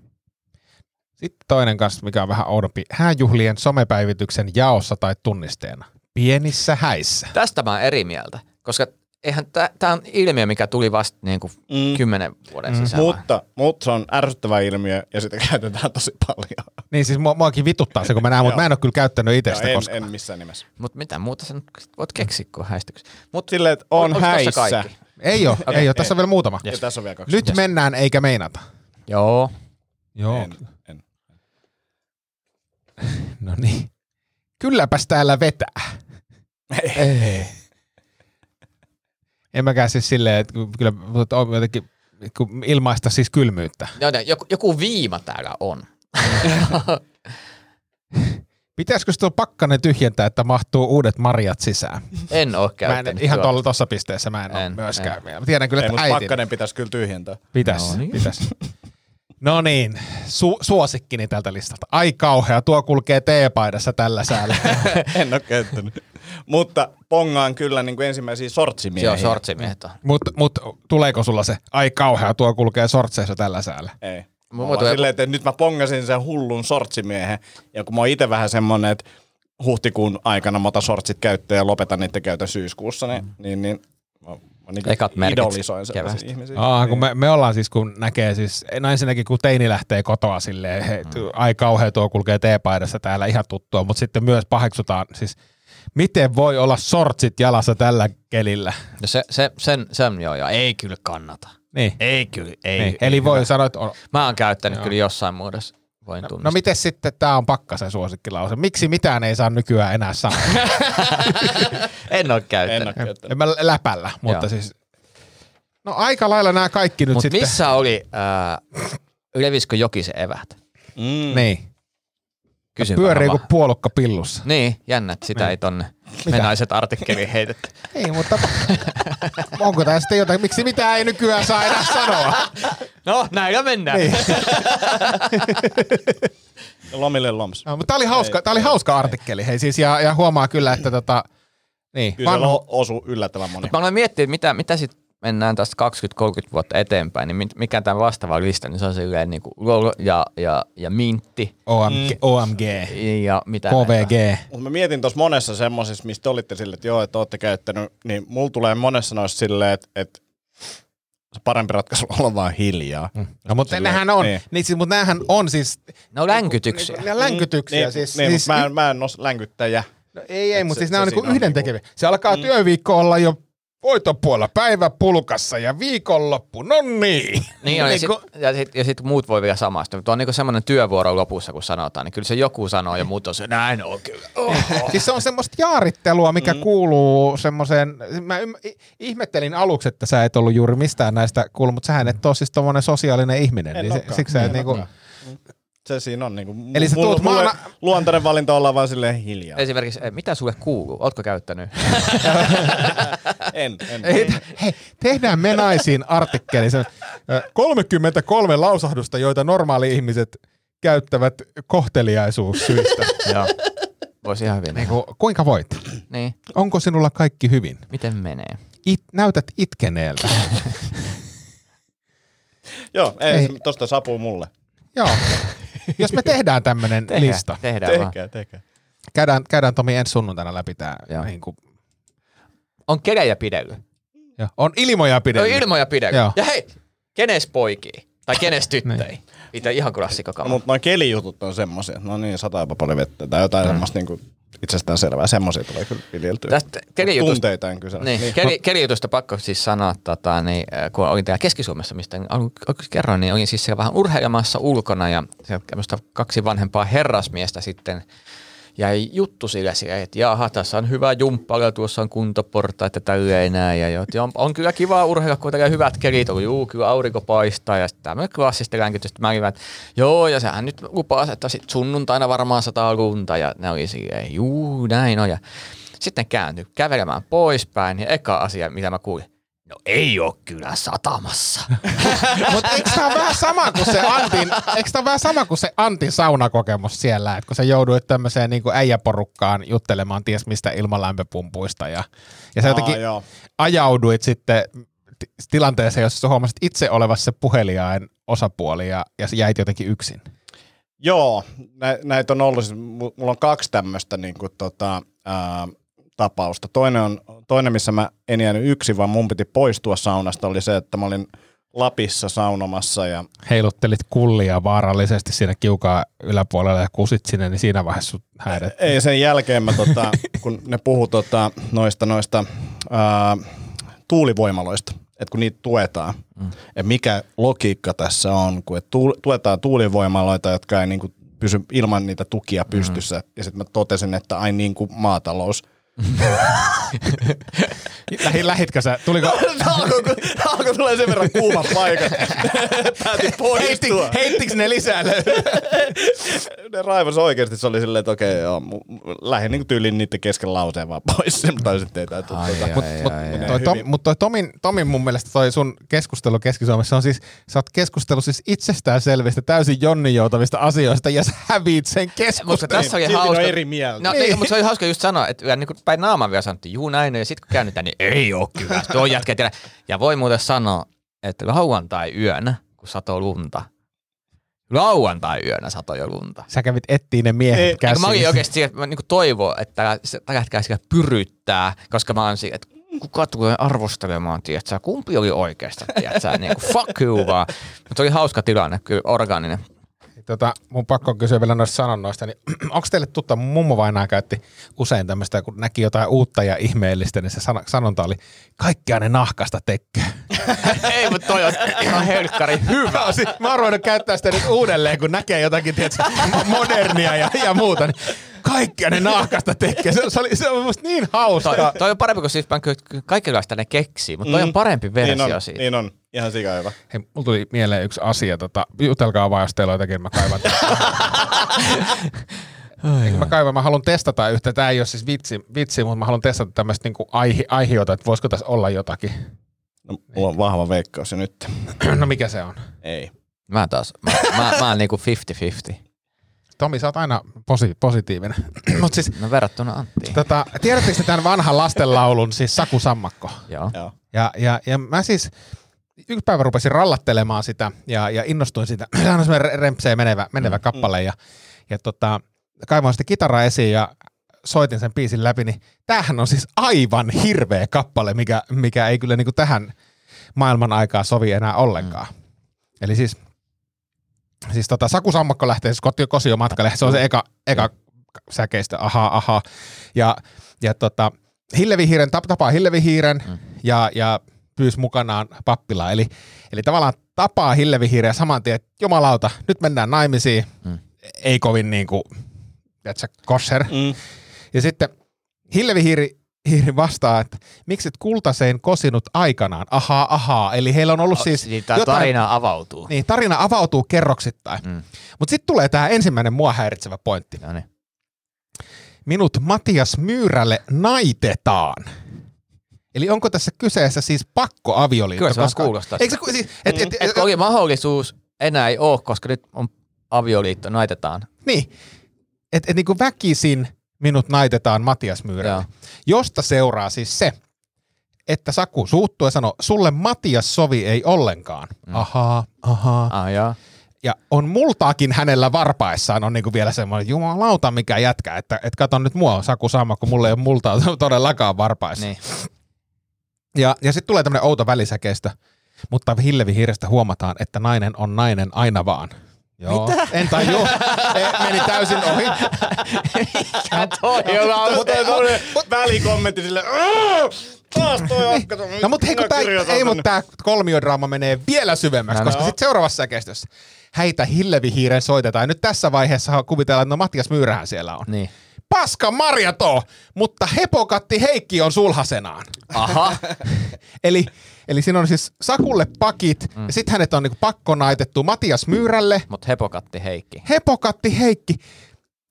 Speaker 4: Sitten toinen kanssa, mikä on vähän oudompi. Hääjuhlien somepäivityksen jaossa tai tunnisteena. Pienissä häissä.
Speaker 2: Tästä mä oon eri mieltä, koska eihän tämä on ilmiö, mikä tuli vasta niin kuin
Speaker 5: Mm.
Speaker 2: kymmenen vuoden sisällä.
Speaker 5: Mutta, mutta se on ärsyttävä ilmiö ja sitä käytetään tosi paljon.
Speaker 4: Niin siis mua, muakin vituttaa se, kun mä näen, mutta mä en ole kyllä käyttänyt itse sitä
Speaker 5: en,
Speaker 4: koskaan.
Speaker 5: en missään nimessä.
Speaker 2: Mut mitä muuta sä nyt voit keksiä kuin häistyksi. Mut
Speaker 5: Silleen, että on
Speaker 2: oliko tossa
Speaker 5: häissä.
Speaker 2: kaikki?
Speaker 4: Ei ole, ei ole. Tässä on vielä muutama.
Speaker 5: Ja tässä on vielä kaksi.
Speaker 4: Nyt mennään eikä meinata.
Speaker 2: Joo.
Speaker 4: Joo.
Speaker 5: En, en.
Speaker 4: No niin. Kylläpäs täällä vetää. Ei. En mäkään siis silleen, että kun- kyllä mutta on jotenkin kun ilmaista siis kylmyyttä.
Speaker 2: Joo, joo, joku, joku viima täällä on.
Speaker 4: Pitäisikö se tuo pakkanen tyhjentää, että mahtuu uudet marjat sisään?
Speaker 2: En oo
Speaker 4: Mä
Speaker 2: käyttänyt.
Speaker 4: en, ihan
Speaker 2: tuota.
Speaker 4: tuolla tuossa pisteessä mä en, en ole
Speaker 2: En,
Speaker 4: myöskään vielä. Mä Tiedän kyllä,
Speaker 5: Ei,
Speaker 4: että
Speaker 5: mutta
Speaker 4: äiti
Speaker 5: pakkanen pitäisi kyllä tyhjentää.
Speaker 4: pitäisi. No
Speaker 2: No
Speaker 4: niin.
Speaker 2: niin.
Speaker 4: pitäisi. No niin, Su- suosikkini tältä listalta. Ai kauhea, tuo kulkee teepaidassa tällä säällä.
Speaker 5: en ole käyttänyt. Mutta pongaan kyllä niin kuin ensimmäisiä sortsimiehiä.
Speaker 2: Joo, sortsimiehet on.
Speaker 4: Mutta mut, tuleeko sulla se, ai kauhea, tuo kulkee sortseissa tällä säällä?
Speaker 5: Ei.
Speaker 2: Mulla
Speaker 5: Mulla
Speaker 2: tulee-
Speaker 5: silleen, että nyt mä pongasin sen hullun sortsimiehen. Ja kun mä oon itse vähän semmonen, että huhtikuun aikana mä otan sortsit käyttöön ja lopetan niitä käytön syyskuussa, niin, niin, niin mä, mä niin
Speaker 2: Mm. Ekat merkit
Speaker 5: idolisoin sellaisia
Speaker 2: keväästä.
Speaker 5: ihmisiä. Niin.
Speaker 4: Aa, kun me, me, ollaan siis, kun näkee siis, no ensinnäkin kun teini lähtee kotoa silleen, he,
Speaker 2: Mm.
Speaker 4: tu, ai kauhea, tuo kulkee teepaidassa täällä ihan tuttua, mutta sitten myös paheksutaan siis, miten voi olla sortsit jalassa tällä kelillä?
Speaker 2: No se, se, sen, sen joo, joo, ei kyllä kannata.
Speaker 4: Niin.
Speaker 2: Ei kyllä, ei.
Speaker 4: Niin. Eli voi sanoa, että on,
Speaker 2: Mä oon käyttänyt joo. kyllä jossain muodossa, voin no,
Speaker 4: No
Speaker 2: tunnistaa.
Speaker 4: miten sitten tämä on pakkasen suosikkilause? Miksi mitään ei saa nykyään enää sanoa?
Speaker 2: en oo
Speaker 5: En ole
Speaker 2: käyttänyt.
Speaker 5: käyttänyt.
Speaker 4: en mä läpällä, mutta
Speaker 2: Joo.
Speaker 4: siis... No aika lailla nämä kaikki nyt
Speaker 2: Mutta
Speaker 4: sitten.
Speaker 2: missä oli äh, Ylevisko Jokisen evät?
Speaker 5: Mm.
Speaker 4: Niin.
Speaker 2: Kysyn
Speaker 4: Pyörii
Speaker 2: vaan.
Speaker 4: kuin puolukka pillussa.
Speaker 2: Niin, jännä, että sitä ei tonne me naiset artikkeliin heitetty.
Speaker 4: Ei, mutta onko tämä sitten jotain, miksi mitä ei nykyään saa enää sanoa?
Speaker 2: No, näillä mennään. Niin.
Speaker 5: Lomille loms.
Speaker 4: No, mutta tämä oli hauska, tää oli hauska artikkeli. Hei, siis, ja, ja huomaa kyllä, että tota, niin,
Speaker 5: Kyllä
Speaker 4: vanhu-
Speaker 5: Vanho. siellä osu yllättävän moni.
Speaker 2: Mä aloin miettiä, mitä, mitä sitten mennään tästä 20-30 vuotta eteenpäin, niin mit- mikä tämä vastaava lista, niin se on silleen niin kuin LOL ja, ja, ja Mintti
Speaker 5: Mm.
Speaker 4: OMG, OMG,
Speaker 2: ja mitä näitä on.
Speaker 4: KVG.
Speaker 5: Mutta mä mietin tuossa monessa semmoisessa, mistä te olitte sille, että joo, että ootte käyttänyt, niin mulla tulee monessa noissa silleen, että, että se parempi ratkaisu on olla vaan hiljaa. Mm.
Speaker 4: No, mutta
Speaker 5: Silleen,
Speaker 4: nämähän on,
Speaker 5: niin.
Speaker 4: niin, siis, mutta nämähän on siis
Speaker 2: Ne on No, länkytyksiä.
Speaker 4: Ne on länkytyksiä.
Speaker 5: Niin,
Speaker 4: siis,
Speaker 5: niin,
Speaker 4: siis,
Speaker 5: mutta mä, en- mä en ole länkyttäjä.
Speaker 4: No ei, ei,
Speaker 5: Et
Speaker 4: mutta
Speaker 5: se-
Speaker 4: siis nämä on
Speaker 5: se
Speaker 4: niinku
Speaker 5: siinä on
Speaker 4: yhden
Speaker 5: niinku-
Speaker 4: tekeviä. Se alkaa työviikko olla jo voitopuolella päivä pulkassa ja viikonloppu, no niin.
Speaker 2: Niin, on, ja, sit, ja, sit, ja sit muut voi vielä samaista. Tuo on niinku semmoinen työvuoro lopussa, kun sanotaan, niin kyllä se joku sanoo ja muut on se, näin on kyllä.
Speaker 4: Siis se on semmoista jaarittelua, mikä mm. kuuluu semmoiseen, mä ymm, i- ihmettelin aluksi, että sä et ollut juuri mistään näistä kuullut, mutta sähän et ole siis tommonen sosiaalinen ihminen,
Speaker 5: En
Speaker 4: niin se,
Speaker 5: olekaan.
Speaker 4: siksi sä et
Speaker 5: En
Speaker 4: niinku,
Speaker 5: olekaan. Se siinä on niinku.
Speaker 4: Eli sä
Speaker 5: mulla-
Speaker 4: tuut
Speaker 5: mulla
Speaker 4: maana-
Speaker 5: Luontainen valinta olla vaan silleen hiljaa.
Speaker 2: Esimerkiksi, eh, mitä sulle kuuluu? Ootko käyttänyt?
Speaker 5: en, en.
Speaker 4: Ei, hei, tehdään me naisiin artikkeli. Se, ö, 33 lausahdusta, joita normaali ihmiset käyttävät kohteliaisuussyistä.
Speaker 2: Joo. Voisi ihan hyvin.
Speaker 4: Niin kuin, kuinka voit?
Speaker 2: Niin,
Speaker 4: Onko sinulla kaikki hyvin?
Speaker 2: miten menee?
Speaker 4: It, näytät itkeneeltä.
Speaker 5: Joo, ei,
Speaker 4: Ei.
Speaker 5: ei. tosta sapuu mulle.
Speaker 4: Joo. Jos me tehdään tämmöinen
Speaker 2: Tehdään,
Speaker 4: lista.
Speaker 2: Tehdään vaan.
Speaker 5: Tehkää, tehkää.
Speaker 4: Käydään, käydään Tomi ensi sunnuntaina läpi tämä.
Speaker 2: Joo.
Speaker 4: Niin kuin,
Speaker 2: On kelejä pidellyt.
Speaker 4: ja. On ilmoja
Speaker 2: On
Speaker 4: pidellä.
Speaker 2: ilmoja pidellyt.
Speaker 4: Joo. Niin.
Speaker 2: Ja hei, kenes poikii? Tai kenes tyttöi? Mitä ihan klassikko
Speaker 5: No,
Speaker 2: kama.
Speaker 5: mutta noin kelijutut on semmosia. No niin, sataapa paljon vettä tai jotain mm. semmoista niinku itsestään selvää. Semmosia tulee kyllä viljeltyä.
Speaker 2: Tästä
Speaker 5: Mut
Speaker 2: kelijutusta-
Speaker 5: Tunteita en kysellä.
Speaker 2: Niin, keli, kelijutusta pakko siis sanoa, tota, niin, äh, kun olin täällä Keski-Suomessa, mistä alun- alun kerroin, niin olin siis siellä vähän urheilemassa ulkona ja siellä tämmöistä kaksi vanhempaa herrasmiestä sitten jäi juttu sille, sille, että jaha, tässä on hyvä jumppa, ja tuossa on kuntoportaat ja tälleen näin. Ja jo, että on, on, kyllä kivaa urheilla, kun on hyvät kelit, on juu, kyllä aurinko paistaa ja sitten tämmöinen klassista länkitystä. Mä olin vähän, että joo, ja sehän nyt lupaa, että sit sunnuntaina varmaan sataa lunta ja ne oli silleen, juu, näin on. Ja sitten kääntyi kävelemään poispäin ja eka asia, mitä mä kuulin, no ei ole kyllä satamassa.
Speaker 4: Mutta eikö tämä vähän sama kuin se Antin, eikö tää ole vähän sama kuin se Antin saunakokemus siellä, että kun sä jouduit tämmöiseen niin äijäporukkaan juttelemaan ties mistä ilman lämpöpumpuista ja, ja sä jotenkin
Speaker 5: Aa, joo.
Speaker 4: ajauduit sitten ti- tilanteeseen, jossa sä huomasit itse olevassa se puheliain osapuoli ja, ja sä jäit jotenkin yksin.
Speaker 5: Joo, nä, näitä on ollut. Siis mu- mulla on kaksi tämmöistä niinku, tota, ää, tapausta. Toinen, on, toinen, missä mä en jäänyt yksi, vaan mun piti poistua saunasta, oli se, että mä olin Lapissa saunomassa ja
Speaker 4: Heiluttelit kullia vaarallisesti siinä kiukaa yläpuolella ja kusit sinne, niin siinä vaiheessa sut häiret.
Speaker 5: Ei sen jälkeen mä, tota, kun ne puhuu tota, noista, noista ää, tuulivoimaloista, että kun niitä tuetaan. Mm. Ja mikä logiikka tässä on, kun et tuul, tuetaan tuulivoimaloita, jotka ei niinku pysy ilman niitä tukia pystyssä. Mm. Ja sitten mä totesin, että ai niin kuin maatalous.
Speaker 4: Lähi, lähitkö sä? Tuliko,
Speaker 5: alkoi alko tulee sen verran kuuma paikat. Päätin
Speaker 4: heitti,
Speaker 5: poistua.
Speaker 4: heittikö ne lisää löylyä?
Speaker 5: Ne raivas oikeasti, se oli silleen, että okei, okay, joo, mu- lähdin niin tyyliin niiden kesken lauseen vaan pois. Tai sitten ei tää tuu.
Speaker 2: Ai, ai,
Speaker 5: Tota.
Speaker 4: Mut,
Speaker 2: ai,
Speaker 4: mut,
Speaker 2: ai.
Speaker 4: mut toi, Tom, mut toi Tomin, Tomin mun mielestä toi sun keskustelu Keski-Suomessa on siis, sä oot keskustellut siis itsestäänselvistä, täysin jonninjoutavista asioista ja sä häviit sen
Speaker 2: Mutta
Speaker 4: keskustelun.
Speaker 2: tässä oli
Speaker 5: Silti ne niin, on
Speaker 2: hauska.
Speaker 5: eri mieltä.
Speaker 2: No, niin, mutta se oli hauska just sanoa, että vielä niin kuin päin naaman vielä sanottiin, juu näin, ja sitten kun käännytään, niin ei ole kyllä, tuo jätkä tiedä. Ja voi muuten sanoa, että lauantai-yönä, kun satoi lunta, lauantai-yönä satoi jo lunta. Niinku
Speaker 4: Sä kävit ettiin ne miehet
Speaker 5: Ei,
Speaker 4: ei, käsiin.
Speaker 2: Mä olin oikeasti siellä, että mä niin toivon, että tällä- se- tällä hetkellä sillä pyryttää, koska mä oon siinä, että kuka tulee arvostelemaan, tiedätkö, kumpi oli oikeasta, tiedätkö, niin kuin fuck you vaan. Mutta se oli hauska tilanne, kyllä orgaaninen.
Speaker 4: Tota, mun pakko kysyä vielä noista sanonnoista, niin onko teille tuttu, mummo vainaa käytti usein tämmöistä, kun näki jotain uutta ja ihmeellistä, niin se sana, sanonta oli, kaikkea ne nahkasta tekee.
Speaker 2: ei, mutta toi on ihan helkkari hyvä.
Speaker 4: Mä oon, si- mä oon ruvennut käyttää sitä nyt uudelleen, kun näkee jotakin tiedätkö, modernia ja, ja muuta. Niin kaikkia ne nahkasta tekee. Se, se, oli, se on musta niin hauskaa.
Speaker 2: Toi, toi on parempi kuin siis mä kyllä- kyllä kaikenlaista ne keksii, mutta toi
Speaker 4: Mm.
Speaker 2: on parempi versio
Speaker 5: niin on,
Speaker 2: siitä.
Speaker 5: Niin on, ihan sika hyvä.
Speaker 4: Hei, mulla tuli mieleen yksi asia. Tota, jutelkaa vaan, jos teillä on jotakin, mä kaivan. Mä kaivan, mä haluan testata yhtä. Tämä ei ole siis vitsi, vitsi mutta mä haluan testata tämmöistä niinku aihi, aihiota, että voisiko tässä olla jotakin.
Speaker 5: No, mulla on vahva veikkaus ja nyt
Speaker 4: No mikä se on?
Speaker 5: ei.
Speaker 2: Mä taas, mä, mä, mä oon niinku 50-50.
Speaker 4: Tomi, sä oot aina posi, positiivinen. Mut siis,
Speaker 2: No verrattuna Anttiin.
Speaker 4: tota, tiedättekö te tämän vanhan lastenlaulun, siis Saku Sammakko?
Speaker 2: Joo.
Speaker 5: Joo.
Speaker 4: Ja, ja, ja mä siis yksi päivä rupesin rallattelemaan sitä ja, ja innostuin siitä. Sehän on semmoinen rempseen menevä, menevä kappale ja, ja tota, kaivoin sitä kitaraa esiin ja soitin sen biisin läpi, niin tämähän on siis aivan hirveä kappale, mikä, mikä ei kyllä niin kuin tähän maailman aikaa sovi enää ollenkaan. Mm. Eli siis, siis tota, Saku Sammakko lähtee siis koti, kosio matkalle, se on se eka, eka säkeistä, ahaa, ahaa. Ja, ja tota, Hillevihiiren tap, tapaa Hillevihiiren mm. ja, ja pyysi mukanaan pappilaa. Eli, eli tavallaan tapaa hillevihiriä saman tien, että jumalauta, nyt mennään naimisiin. Mm. Ei kovin niin kuin, tiedätkö, kosher. Mm. Ja sitten hillevihiiri hiiri vastaa, että mikset kultaseen kosinut aikanaan? Ahaa, ahaa. Eli heillä on ollut siis
Speaker 2: Niin tää tarina avautuu.
Speaker 4: Niin, tarina avautuu kerroksittain. Mm.
Speaker 2: Mm.
Speaker 4: Mutta sitten tulee tämä ensimmäinen mua häiritsevä pointti.
Speaker 2: No niin.
Speaker 4: Minut Matias Myyrälle naitetaan. Eli onko tässä kyseessä siis pakkoavioliitto?
Speaker 2: Kyllä se vähän kuulostaa Niin.
Speaker 4: Eikö se, ku- siis, et, et, et,
Speaker 2: Että oli mahdollisuus, enää ei ole, koska nyt on avioliitto, naitetaan.
Speaker 4: Niin, että et niinku väkisin minut naitetaan Matias
Speaker 2: Joo.
Speaker 4: Myyrälle, josta seuraa siis se, että Saku suuttuu ja sanoo, sulle Matias sovi ei ollenkaan. Mm. Ahaa, ahaa.
Speaker 2: Ah, jaa.
Speaker 4: Ja on multaakin hänellä varpaissaan on niinku vielä semmoinen, jumalauta mikä jätkä, että et kato nyt mua Saku sama, kun mulla ei ole multaa todellakaan varpaissa.
Speaker 2: Niin.
Speaker 4: Ja, ja sitten tulee tämmöinen outo välisäkeistö, mutta Hillevi Hiirestä huomataan, että nainen on nainen aina vaan. Joo. Mitä? En tajua. E, meni täysin ohi.
Speaker 2: Mikä toi on?
Speaker 5: Mutta ei tämmönen välikommentti sille. "Aah, Taas toi akka.
Speaker 4: No mutta hei, kun tää, ei, mutta tää kolmiodraama menee vielä syvemmäksi,
Speaker 2: No,
Speaker 4: koska
Speaker 2: no.
Speaker 4: sitten seuraavassa säkeistössä häitä Hillevi Hiiren soitetaan. Ja nyt tässä vaiheessa kuvitellaan, että no Matias Myyrähän siellä on.
Speaker 2: Niin.
Speaker 4: Paska Marjato, mutta hepokatti Heikki on sulhasenaan.
Speaker 2: Aha.
Speaker 4: Eli, eli siinä on siis Sakulle pakit, mm. ja sitten hänet on niinku pakkonaitettu Matias Myyrälle,
Speaker 2: Mut hepokatti Heikki.
Speaker 4: hepokatti Heikki.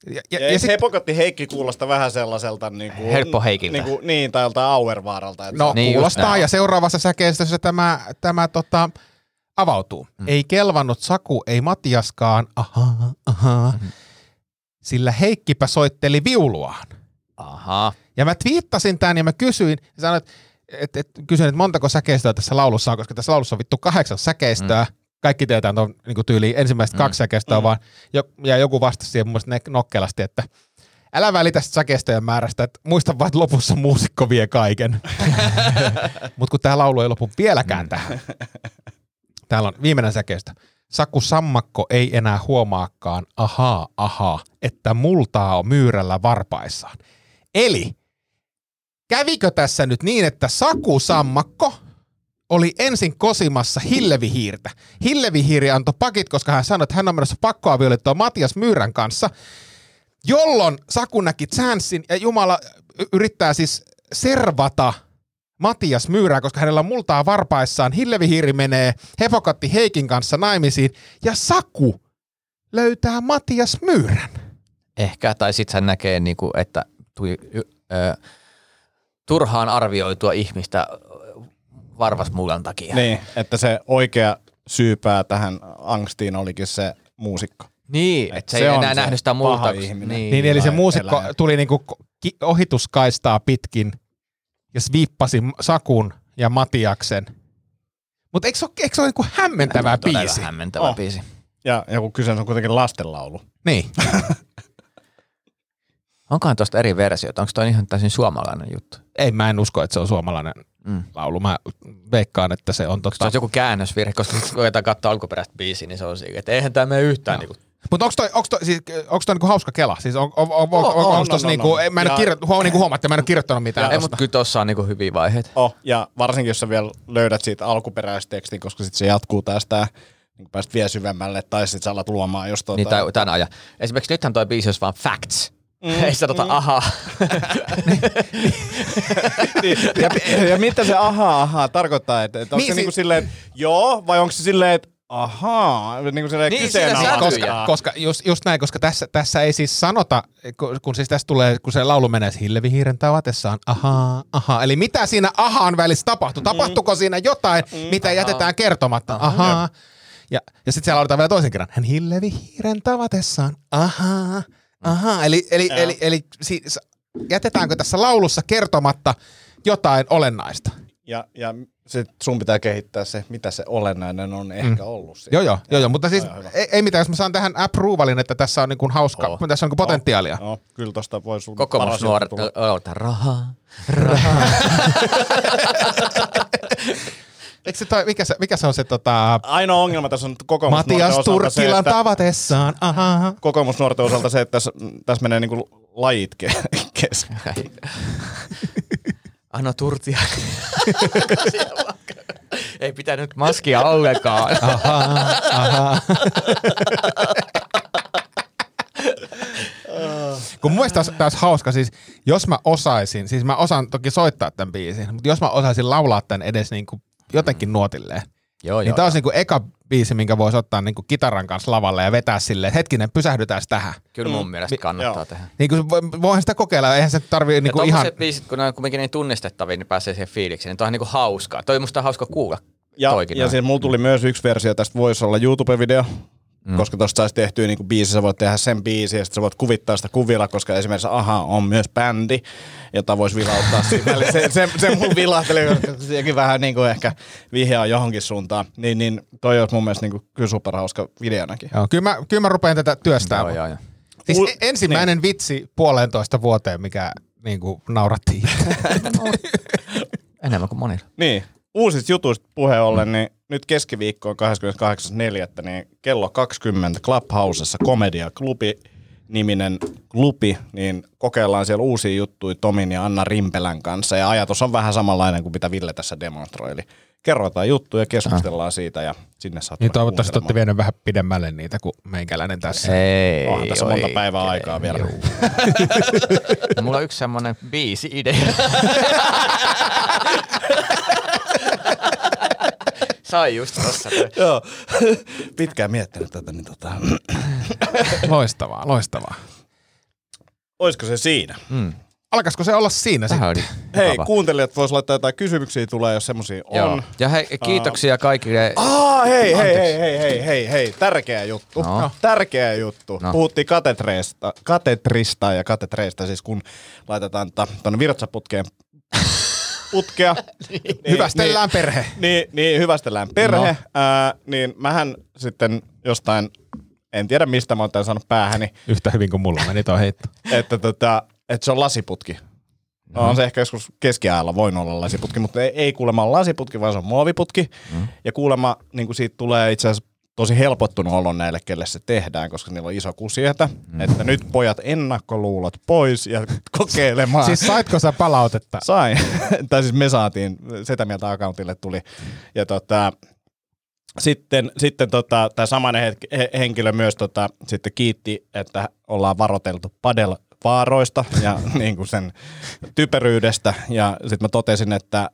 Speaker 4: Ja, ja,
Speaker 5: Ja,
Speaker 4: ja, ja sit,
Speaker 5: Hepokatti Heikki kuulostaa vähän sellaiselta niinku,
Speaker 2: Helppo Heikiltä.
Speaker 5: Niinku, niin, tai joltain Auervaaralta. että
Speaker 4: no
Speaker 2: Niin
Speaker 4: niin
Speaker 2: just
Speaker 4: kuulostaa,
Speaker 2: näin.
Speaker 4: ja seuraavassa säkeistössä tämä, tämä tota, avautuu. Mm. Ei kelvannut Saku, ei Matiaskaan, ahaa, ahaa. Mm. Sillä Heikkipä soitteli viuluaan.
Speaker 2: Aha.
Speaker 4: Ja mä twiittasin tämän ja mä kysyin, ja sanoin, että et, et, kysyin, että montako säkeistöä tässä laulussa on, koska tässä laulussa on vittu kahdeksan säkeistöä. Mm. Kaikki tietää tuon niin tyyliin ensimmäiset mm. kaksi säkeistöä, mm. vaan jo, ja joku vastasi siihen mun mielestä ne- nokkelasti, että älä välitä sitä säkeistöjen määrästä, että muista vaan, että lopussa muusikko vie kaiken. Mutta kun tämä laulu ei lopu vieläkään mm. tähän. Täällä on viimeinen säkeistö. Saku Sammakko ei enää huomaakaan, ahaa, ahaa, että multaa on myyrällä varpaissaan. Eli kävikö tässä nyt niin, että Saku Sammakko oli ensin kosimassa Hillevihiirtä. Hillevihiiri antoi pakit, koska hän sanoi, että hän on menossa pakkoavioliittoon Matias Myyrän kanssa, jolloin Saku näki chanssin ja Jumala y- yrittää siis servata Matias Myyrää, koska hänellä on multaa varpaissaan. Hillevihiiri menee Hepokatti Heikin kanssa naimisiin ja Saku löytää Matias Myyrän.
Speaker 2: Ehkä, tai sitten hän näkee, niinku, että tuli ö, turhaan arvioitua ihmistä varvasmulan takia.
Speaker 5: Niin, että se oikea syypää tähän angstiin olikin se muusikko.
Speaker 2: Niin,
Speaker 5: Et
Speaker 2: että se,
Speaker 5: se
Speaker 2: ei
Speaker 5: on
Speaker 2: enää
Speaker 5: se
Speaker 2: nähnyt sitä
Speaker 5: paha
Speaker 2: muuta.
Speaker 5: ihminen.
Speaker 4: Niin, eli se
Speaker 5: Vai
Speaker 4: muusikko
Speaker 5: eläin.
Speaker 4: tuli niinku ki- ohituskaistaa pitkin ja sviippasi M- Sakun ja Matiaksen. Mutta eikö se ole, eikö se ole niinku hämmentävä
Speaker 2: Todella
Speaker 4: biisi?
Speaker 2: hämmentävä
Speaker 5: Oh.
Speaker 2: biisi.
Speaker 5: Ja joku kyseessä on kuitenkin lastenlaulu.
Speaker 4: Niin.
Speaker 2: Onkohan tuosta eri versioita? Onko toi ihan täysin suomalainen juttu?
Speaker 4: Ei, mä en usko, että se on suomalainen
Speaker 2: Mm.
Speaker 4: laulu. Mä veikkaan, että se on
Speaker 2: Se
Speaker 4: totta.
Speaker 2: on joku käännösvirhe, koska kun ruvetaan katsoa alkuperäistä biisiä, niin se on siinä, että eihän tämä mene yhtään. Niin kuin,
Speaker 4: Mutta onko toi, onks toi, siis, onks toi niinku hauska kela? Siis on, on, on, on,
Speaker 5: On,
Speaker 4: on,
Speaker 5: on,
Speaker 4: onks tossa
Speaker 5: on,
Speaker 4: niinku,
Speaker 5: on.
Speaker 4: en- mä en ole
Speaker 5: Ja-
Speaker 4: kirjo- huo- niinku huomaatte, mä en ole kirjoittanut mitään.
Speaker 2: ei,
Speaker 4: tosta.
Speaker 2: mutta kyllä tuossa on niin kuin hyviä vaiheita.
Speaker 5: Oh, ja varsinkin, jos sä vielä löydät siitä alkuperäistekstin, koska sitten se jatkuu tästä, niin pääst vielä syvemmälle, tai sitten sä alat luomaan jos tuota...
Speaker 2: Niin tai, tämän ajan. Esimerkiksi nythän toi biisi olisi vaan facts. Mm, ei sanota mm. ahaa.
Speaker 5: ja, ja, mitä se ahaa ahaa tarkoittaa? Että, että onko
Speaker 4: Niin,
Speaker 5: niin, se
Speaker 4: si-
Speaker 5: niinku silleen, joo, vai onko se silleen, että ahaa, niinku silleen
Speaker 2: Niin,
Speaker 5: niin,
Speaker 2: siinä
Speaker 4: Niin,
Speaker 2: Säätyjä.
Speaker 4: koska, koska just, just näin, koska tässä, tässä ei siis sanota, kun, kun siis tässä tulee, kun se laulu menee siis hillevihiiren tavatessaan, ahaa, ahaa. Eli mitä siinä ahaan välissä tapahtuu? Tapahtuuko siinä jotain, mitä jätetään kertomatta? Ahaa. Ja, ja sitten siellä lauletaan vielä toisen kerran. Hän hillevihiiren tavatessaan, ahaa, ahaa. Eli, eli, eli, eli, eli siis jätetäänkö tässä laulussa kertomatta jotain olennaista?
Speaker 5: Ja, ja sit sun pitää kehittää se, mitä se olennainen on ehkä ollut. siinä.
Speaker 4: Mm. Joo, joo, joo, joo, mutta siis
Speaker 5: Aivan hyvä.
Speaker 4: ei, ei mitään, jos mä saan tähän approvalin, että tässä on niin kuin hauska,
Speaker 2: Oo.
Speaker 4: tässä on niin kuin potentiaalia.
Speaker 5: No, kyllä tosta voi sun paras
Speaker 2: Kokoomus
Speaker 5: juttu
Speaker 2: nuoret,
Speaker 5: tulla.
Speaker 2: ota rahaa.
Speaker 4: Eikö se toi, mikä, se, mikä se on se tota,
Speaker 5: Ainoa ongelma tässä on kokoomusnuorten
Speaker 4: Matias
Speaker 5: osalta se,
Speaker 4: Turkkilan
Speaker 5: että,
Speaker 4: tavatessaan, ahaa.
Speaker 5: kokoomusnuorten osalta se, että tässä, tässä menee niinku lajit ke- kesken.
Speaker 2: anna turtia. Siellä vaan. Ei pitänyt maskia ollenkaan.
Speaker 4: Kun mun mielestä taas, taas hauska, siis jos mä osaisin, siis mä osaan toki soittaa tämän biisin, mutta jos mä osaisin laulaa tämän edes niin kuin jotenkin nuotilleen,
Speaker 2: joo,
Speaker 4: niin tää olisi niin kuin eka biisi, minkä voisi ottaa niin kuin kitaran kanssa lavalle ja vetää silleen, että hetkinen, pysähdytään tähän.
Speaker 2: Kyllä mun mielestä kannattaa
Speaker 5: joo.
Speaker 2: tehdä.
Speaker 4: Niin kuin, voi- voihan sitä kokeilla, eihän se tarvii niin
Speaker 2: Niin
Speaker 4: kuin
Speaker 2: ihan...
Speaker 4: ihan...
Speaker 2: se biisit, kun ne on kuitenkin niin tunnistettavia, niin pääsee siihen fiilikseen. Niin toi on niin kuin hauskaa. Toi on musta hauska kuulla.
Speaker 5: Ja,
Speaker 2: toikin
Speaker 5: ja
Speaker 2: noin.
Speaker 5: siis mulla
Speaker 4: Mm.
Speaker 5: tuli myös yksi versio, tästä voisi olla YouTube-video, mm. koska tosta saisi tehtyä niinku biisi, sä voit tehdä sen biisi ja sitten sä voit kuvittaa sitä kuvilla, koska esimerkiksi Aha on myös bändi, jota voisi vilauttaa siinä. Eli se, se, se mun vilahteli, koska sekin vähän niinku ehkä vihjaa johonkin suuntaan. Niin, niin toi olisi mun mielestä niinku kyllä superhauska videonakin.
Speaker 4: Joo, kyllä, mä, kyllä mä rupean tätä työstämään.
Speaker 2: Joo, joo, joo.
Speaker 4: Siis
Speaker 5: Mul-
Speaker 4: e- ensimmäinen niin. vitsi puolentoista vuoteen, mikä niin kuin naurattiin.
Speaker 2: Enemmän kuin monilla.
Speaker 5: Niin, uusista jutuista puheen ollen, niin nyt keskiviikkoon 28.4. niin kello 20 Clubhousessa Komedia Klubi niminen klubi, niin kokeillaan siellä uusia juttuja Tomin ja Anna Rimpelän kanssa. Ja ajatus on vähän samanlainen kuin mitä Ville tässä demonstroi. Eli kerrotaan juttuja ja keskustellaan siitä ja sinne saat
Speaker 4: niin
Speaker 5: mennä
Speaker 4: toivottavasti olette
Speaker 5: kuuntelemaan.
Speaker 4: vienyt vähän pidemmälle niitä kuin meikäläinen tässä.
Speaker 2: Ei,
Speaker 5: Onhan tässä monta päivää aikaa vielä.
Speaker 2: Ja mulla on yksi semmonen biisi-idea. Sai just tossa.
Speaker 5: Joo, pitkään miettinyt tätä, niin tota...
Speaker 4: Loistavaa, loistavaa.
Speaker 5: Olisiko se siinä?
Speaker 4: Alkaisiko se olla siinä
Speaker 2: Tähän
Speaker 4: sitten?
Speaker 2: oli
Speaker 5: Hei,
Speaker 2: mukava.
Speaker 5: kuuntelijat vois laittaa jotain kysymyksiä tulee, jos semmosia
Speaker 2: Joo.
Speaker 5: on.
Speaker 2: Ja hei, kiitoksia kaikille.
Speaker 5: Aa, hei, hei, hei, hei, hei, hei, hei, tärkeä juttu.
Speaker 2: No.
Speaker 5: No. Tärkeä juttu.
Speaker 2: No.
Speaker 5: No. Puhuttiin katetreista, katetrista ja katetreista, siis kun laitetaan ta- tuonne virtsaputkeen putkea, niin,
Speaker 4: Hyvästellään perhe.
Speaker 5: niin, niin hyvästellään perhe, no. ää, niin mähän sitten jostain, en tiedä mistä mä oon tämän saanut päähäni,
Speaker 4: Yhtä hyvin kuin mulla meni toi heitto.
Speaker 5: että, tota, että se on lasiputki. No. On se ehkä joskus keskiajalla voinut olla lasiputki, mutta ei, ei kuulemma ole lasiputki, vaan se on muoviputki. Mm. Ja kuulemma niin kuin siitä tulee itse asiassa tosi helpottunut olo näille, kelle se tehdään, koska niillä on iso kusietä. Mm. Että nyt pojat ennakkoluulot pois ja kokeilemaan.
Speaker 4: Siis saitko sä palautetta?
Speaker 5: Sain. tai siis me saatiin, sitä mieltä accountille tuli. Ja tota, sitten, sitten tota, tämä samainen hetki, he, henkilö myös tota, sitten kiitti, että ollaan varoteltu padel vaaroista ja niin kuin sen typeryydestä. Ja sitten mä totesin, että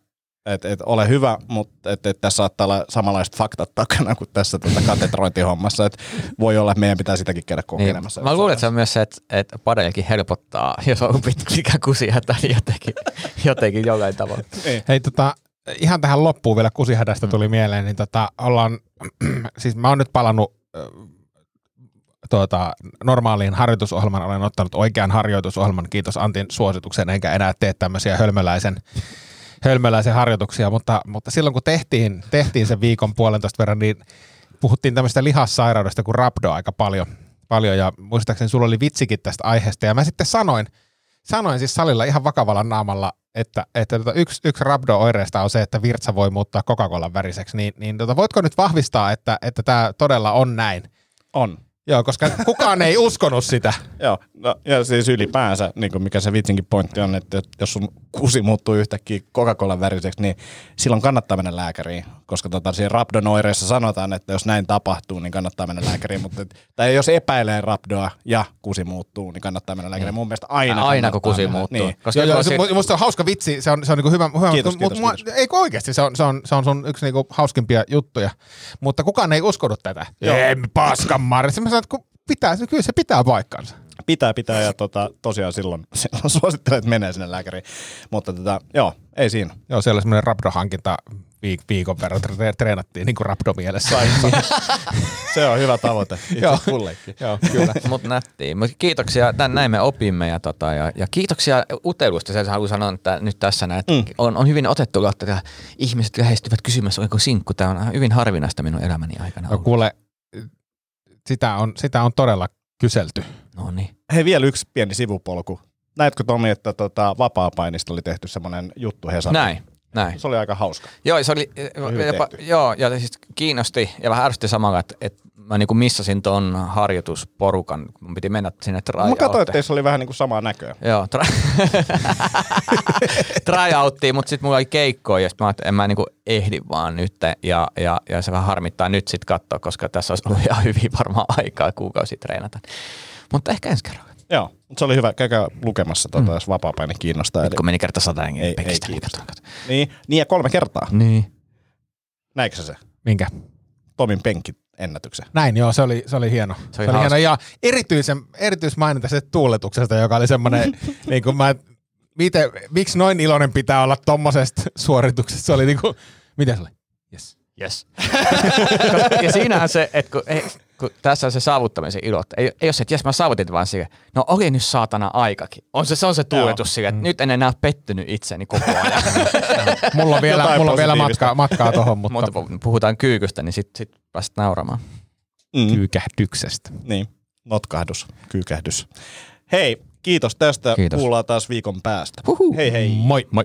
Speaker 5: et, et, ole hyvä, mutta et, et tässä saattaa olla samanlaiset faktat takana kuin tässä tota katetrointihommassa. Et voi olla, että meidän pitää sitäkin käydä
Speaker 2: Niin,
Speaker 5: kokeilemassa.
Speaker 2: mä luulen, että se on myös se, että, että padelkin helpottaa, jos on pitkä kusihätä, niin jotenkin, jotenkin jollain tavalla.
Speaker 4: Hei tota, ihan tähän loppuun vielä kusihädästä tuli mieleen, niin tota, ollaan, siis mä oon nyt palannut ö, tuota, normaaliin harjoitusohjelman, olen ottanut oikean harjoitusohjelman, kiitos Antin suosituksen, enkä enää tee tämmöisiä hölmöläisen, hölmöläisen harjoituksia, mutta, mutta silloin kun tehtiin, tehtiin sen viikon puolentoista verran, niin puhuttiin tämmöistä lihassairaudesta kuin rabdo aika paljon, paljon ja muistaakseni sulla oli vitsikin tästä aiheesta ja mä sitten sanoin, sanoin siis salilla ihan vakavalla naamalla, että, että tota yksi, yksi rabdo-oireista on se, että virtsa voi muuttaa Coca-Colan väriseksi, niin, niin tota, voitko nyt vahvistaa, että tämä todella on näin?
Speaker 5: on.
Speaker 4: Joo, koska kukaan ei uskonut sitä.
Speaker 5: Joo, no, ja siis ylipäänsä, niin kuin mikä se vitsinkin pointti on, että jos sun kusi muuttuu yhtäkkiä Coca-Colan väriseksi, niin silloin kannattaa mennä lääkäriin, koska tota, siinä Rabdon oireessa sanotaan, että jos näin tapahtuu, niin kannattaa mennä lääkäriin, mutta et- tai jos epäilee Rabdoa ja kusi muuttuu, niin kannattaa mennä lääkäriin. Mun mielestä aina
Speaker 2: Mm. Aina
Speaker 5: kannattaa
Speaker 2: kun kusi
Speaker 5: mennä.
Speaker 2: muuttuu.
Speaker 5: Niin.
Speaker 2: Koska
Speaker 4: Joo,
Speaker 2: joku
Speaker 4: joo,
Speaker 2: on
Speaker 4: No se,
Speaker 2: siinä-
Speaker 4: mu- musta se on hauska vitsi, se on, se on niinku hyvä, hyvä
Speaker 5: Kiitos,
Speaker 4: mutta-
Speaker 5: kiitos,
Speaker 4: mutta mua- Ei kun oikeasti, se on, se, on, se, on, se on yksi niinku hauskimpia juttuja, mutta kukaan ei uskonut tätä.
Speaker 5: Joo.
Speaker 4: Ei, paskan marja. Sitten mä sanoin, että kun pitää, se- kyllä se pitää paikkansa.
Speaker 5: Pitää, pitää ja tota, tosiaan silloin, silloin suosittelen, että menee sinne lääkäriin. Mutta tota, joo, ei siinä.
Speaker 4: Joo, siellä oli semmoinen rabdohankinta viik- viikon verran, tre- treenattiin niin kuin rabdomielessä.
Speaker 5: Se on hyvä tavoite itse
Speaker 4: Joo.
Speaker 5: kullekin.
Speaker 4: Joo, kyllä.
Speaker 2: Mut nättiä. Mut kiitoksia, tän näin me opimme ja, tota, ja, ja kiitoksia utelusta. Sen haluan sanoa, että nyt tässä näin, mm. on, on, hyvin otettu kautta, että ihmiset lähestyvät kysymässä, onko sinkku. Tämä on hyvin harvinaista minun elämäni aikana.
Speaker 4: No
Speaker 2: ollut.
Speaker 4: kuule, sitä on, sitä on todella kyselty.
Speaker 2: No niin.
Speaker 5: Hei vielä yksi pieni sivupolku. Näetkö Tomi, että tota, vapaa-painista oli tehty semmoinen juttu Hesarissa?
Speaker 2: Näin. Näin.
Speaker 5: Se oli aika hauska.
Speaker 2: Joo, se oli, eh,
Speaker 5: hyvin
Speaker 2: jopa,
Speaker 5: tehty.
Speaker 2: joo, ja siis kiinnosti ja vähän ärsytti samalla, että, että mä mä niin kuin missasin ton harjoitusporukan, mun piti mennä sinne
Speaker 5: Mä katsoin, että
Speaker 2: tryoutteen.
Speaker 5: teissä oli vähän niin kuin samaa näköä.
Speaker 2: Joo, tra- tryouttiin, mutta sitten mulla oli keikkoa ja sit mä ajattelin, että en mä niinku ehdi vaan nyt. Ja, ja, ja se vähän harmittaa nyt sitten katsoa, koska tässä olisi ollut ihan hyvin varmaan aikaa kuukausi treenata. Mutta ehkä ensi kerralla, nyt
Speaker 5: Joo, mutta se oli hyvä. Käykää lukemassa, tuota,
Speaker 2: Mm.
Speaker 5: jos vapaa-päin kiinnostaa. Eli...
Speaker 2: kun meni kerta niin sata
Speaker 5: Ei-
Speaker 2: hengen
Speaker 5: ei
Speaker 2: penkistä.
Speaker 5: kiinnosta.
Speaker 2: Kato, kato.
Speaker 5: Niin, niin, ja kolme kertaa.
Speaker 2: Niin.
Speaker 5: Näikö sä se?
Speaker 4: Minkä?
Speaker 5: Tomin penkin ennätyksen.
Speaker 4: Näin joo, se oli, se oli hieno. Se oli, se oli hieno.
Speaker 2: hauska.
Speaker 4: Ja erityisen, erityismainita se tuuletuksesta, joka oli semmoinen, niin kuin mä, miten, miksi noin iloinen pitää olla tommosesta suorituksesta? Se oli niin kuin, miten se oli? Yes.
Speaker 2: Yes. Koska- ja siinähän se, että kun, ei, kun tässä on se saavuttamisen ilo, että ei, ei ole se, että jes mä saavutin vaan siihen, no oli nyt saatana aikakin. On se, se on se tuuletus sille, että nyt en enää pettynyt itseni koko ajan.
Speaker 4: Mulla on vielä,
Speaker 5: Jotain
Speaker 4: mulla on vielä
Speaker 5: positiivista.
Speaker 4: matkaa, matkaa tohon,
Speaker 2: Mutta
Speaker 4: mutta
Speaker 2: pu- puhutaan kyykystä, niin sitten sit pääset nauramaan.
Speaker 4: kyykähdyksestä.
Speaker 5: Niin, notkahdus, kyykähdys. Hei, kiitos tästä.
Speaker 2: Kiitos.
Speaker 5: Kuullaan taas viikon päästä.
Speaker 2: Huhhuh.
Speaker 5: Hei hei.
Speaker 4: Moi. Moi.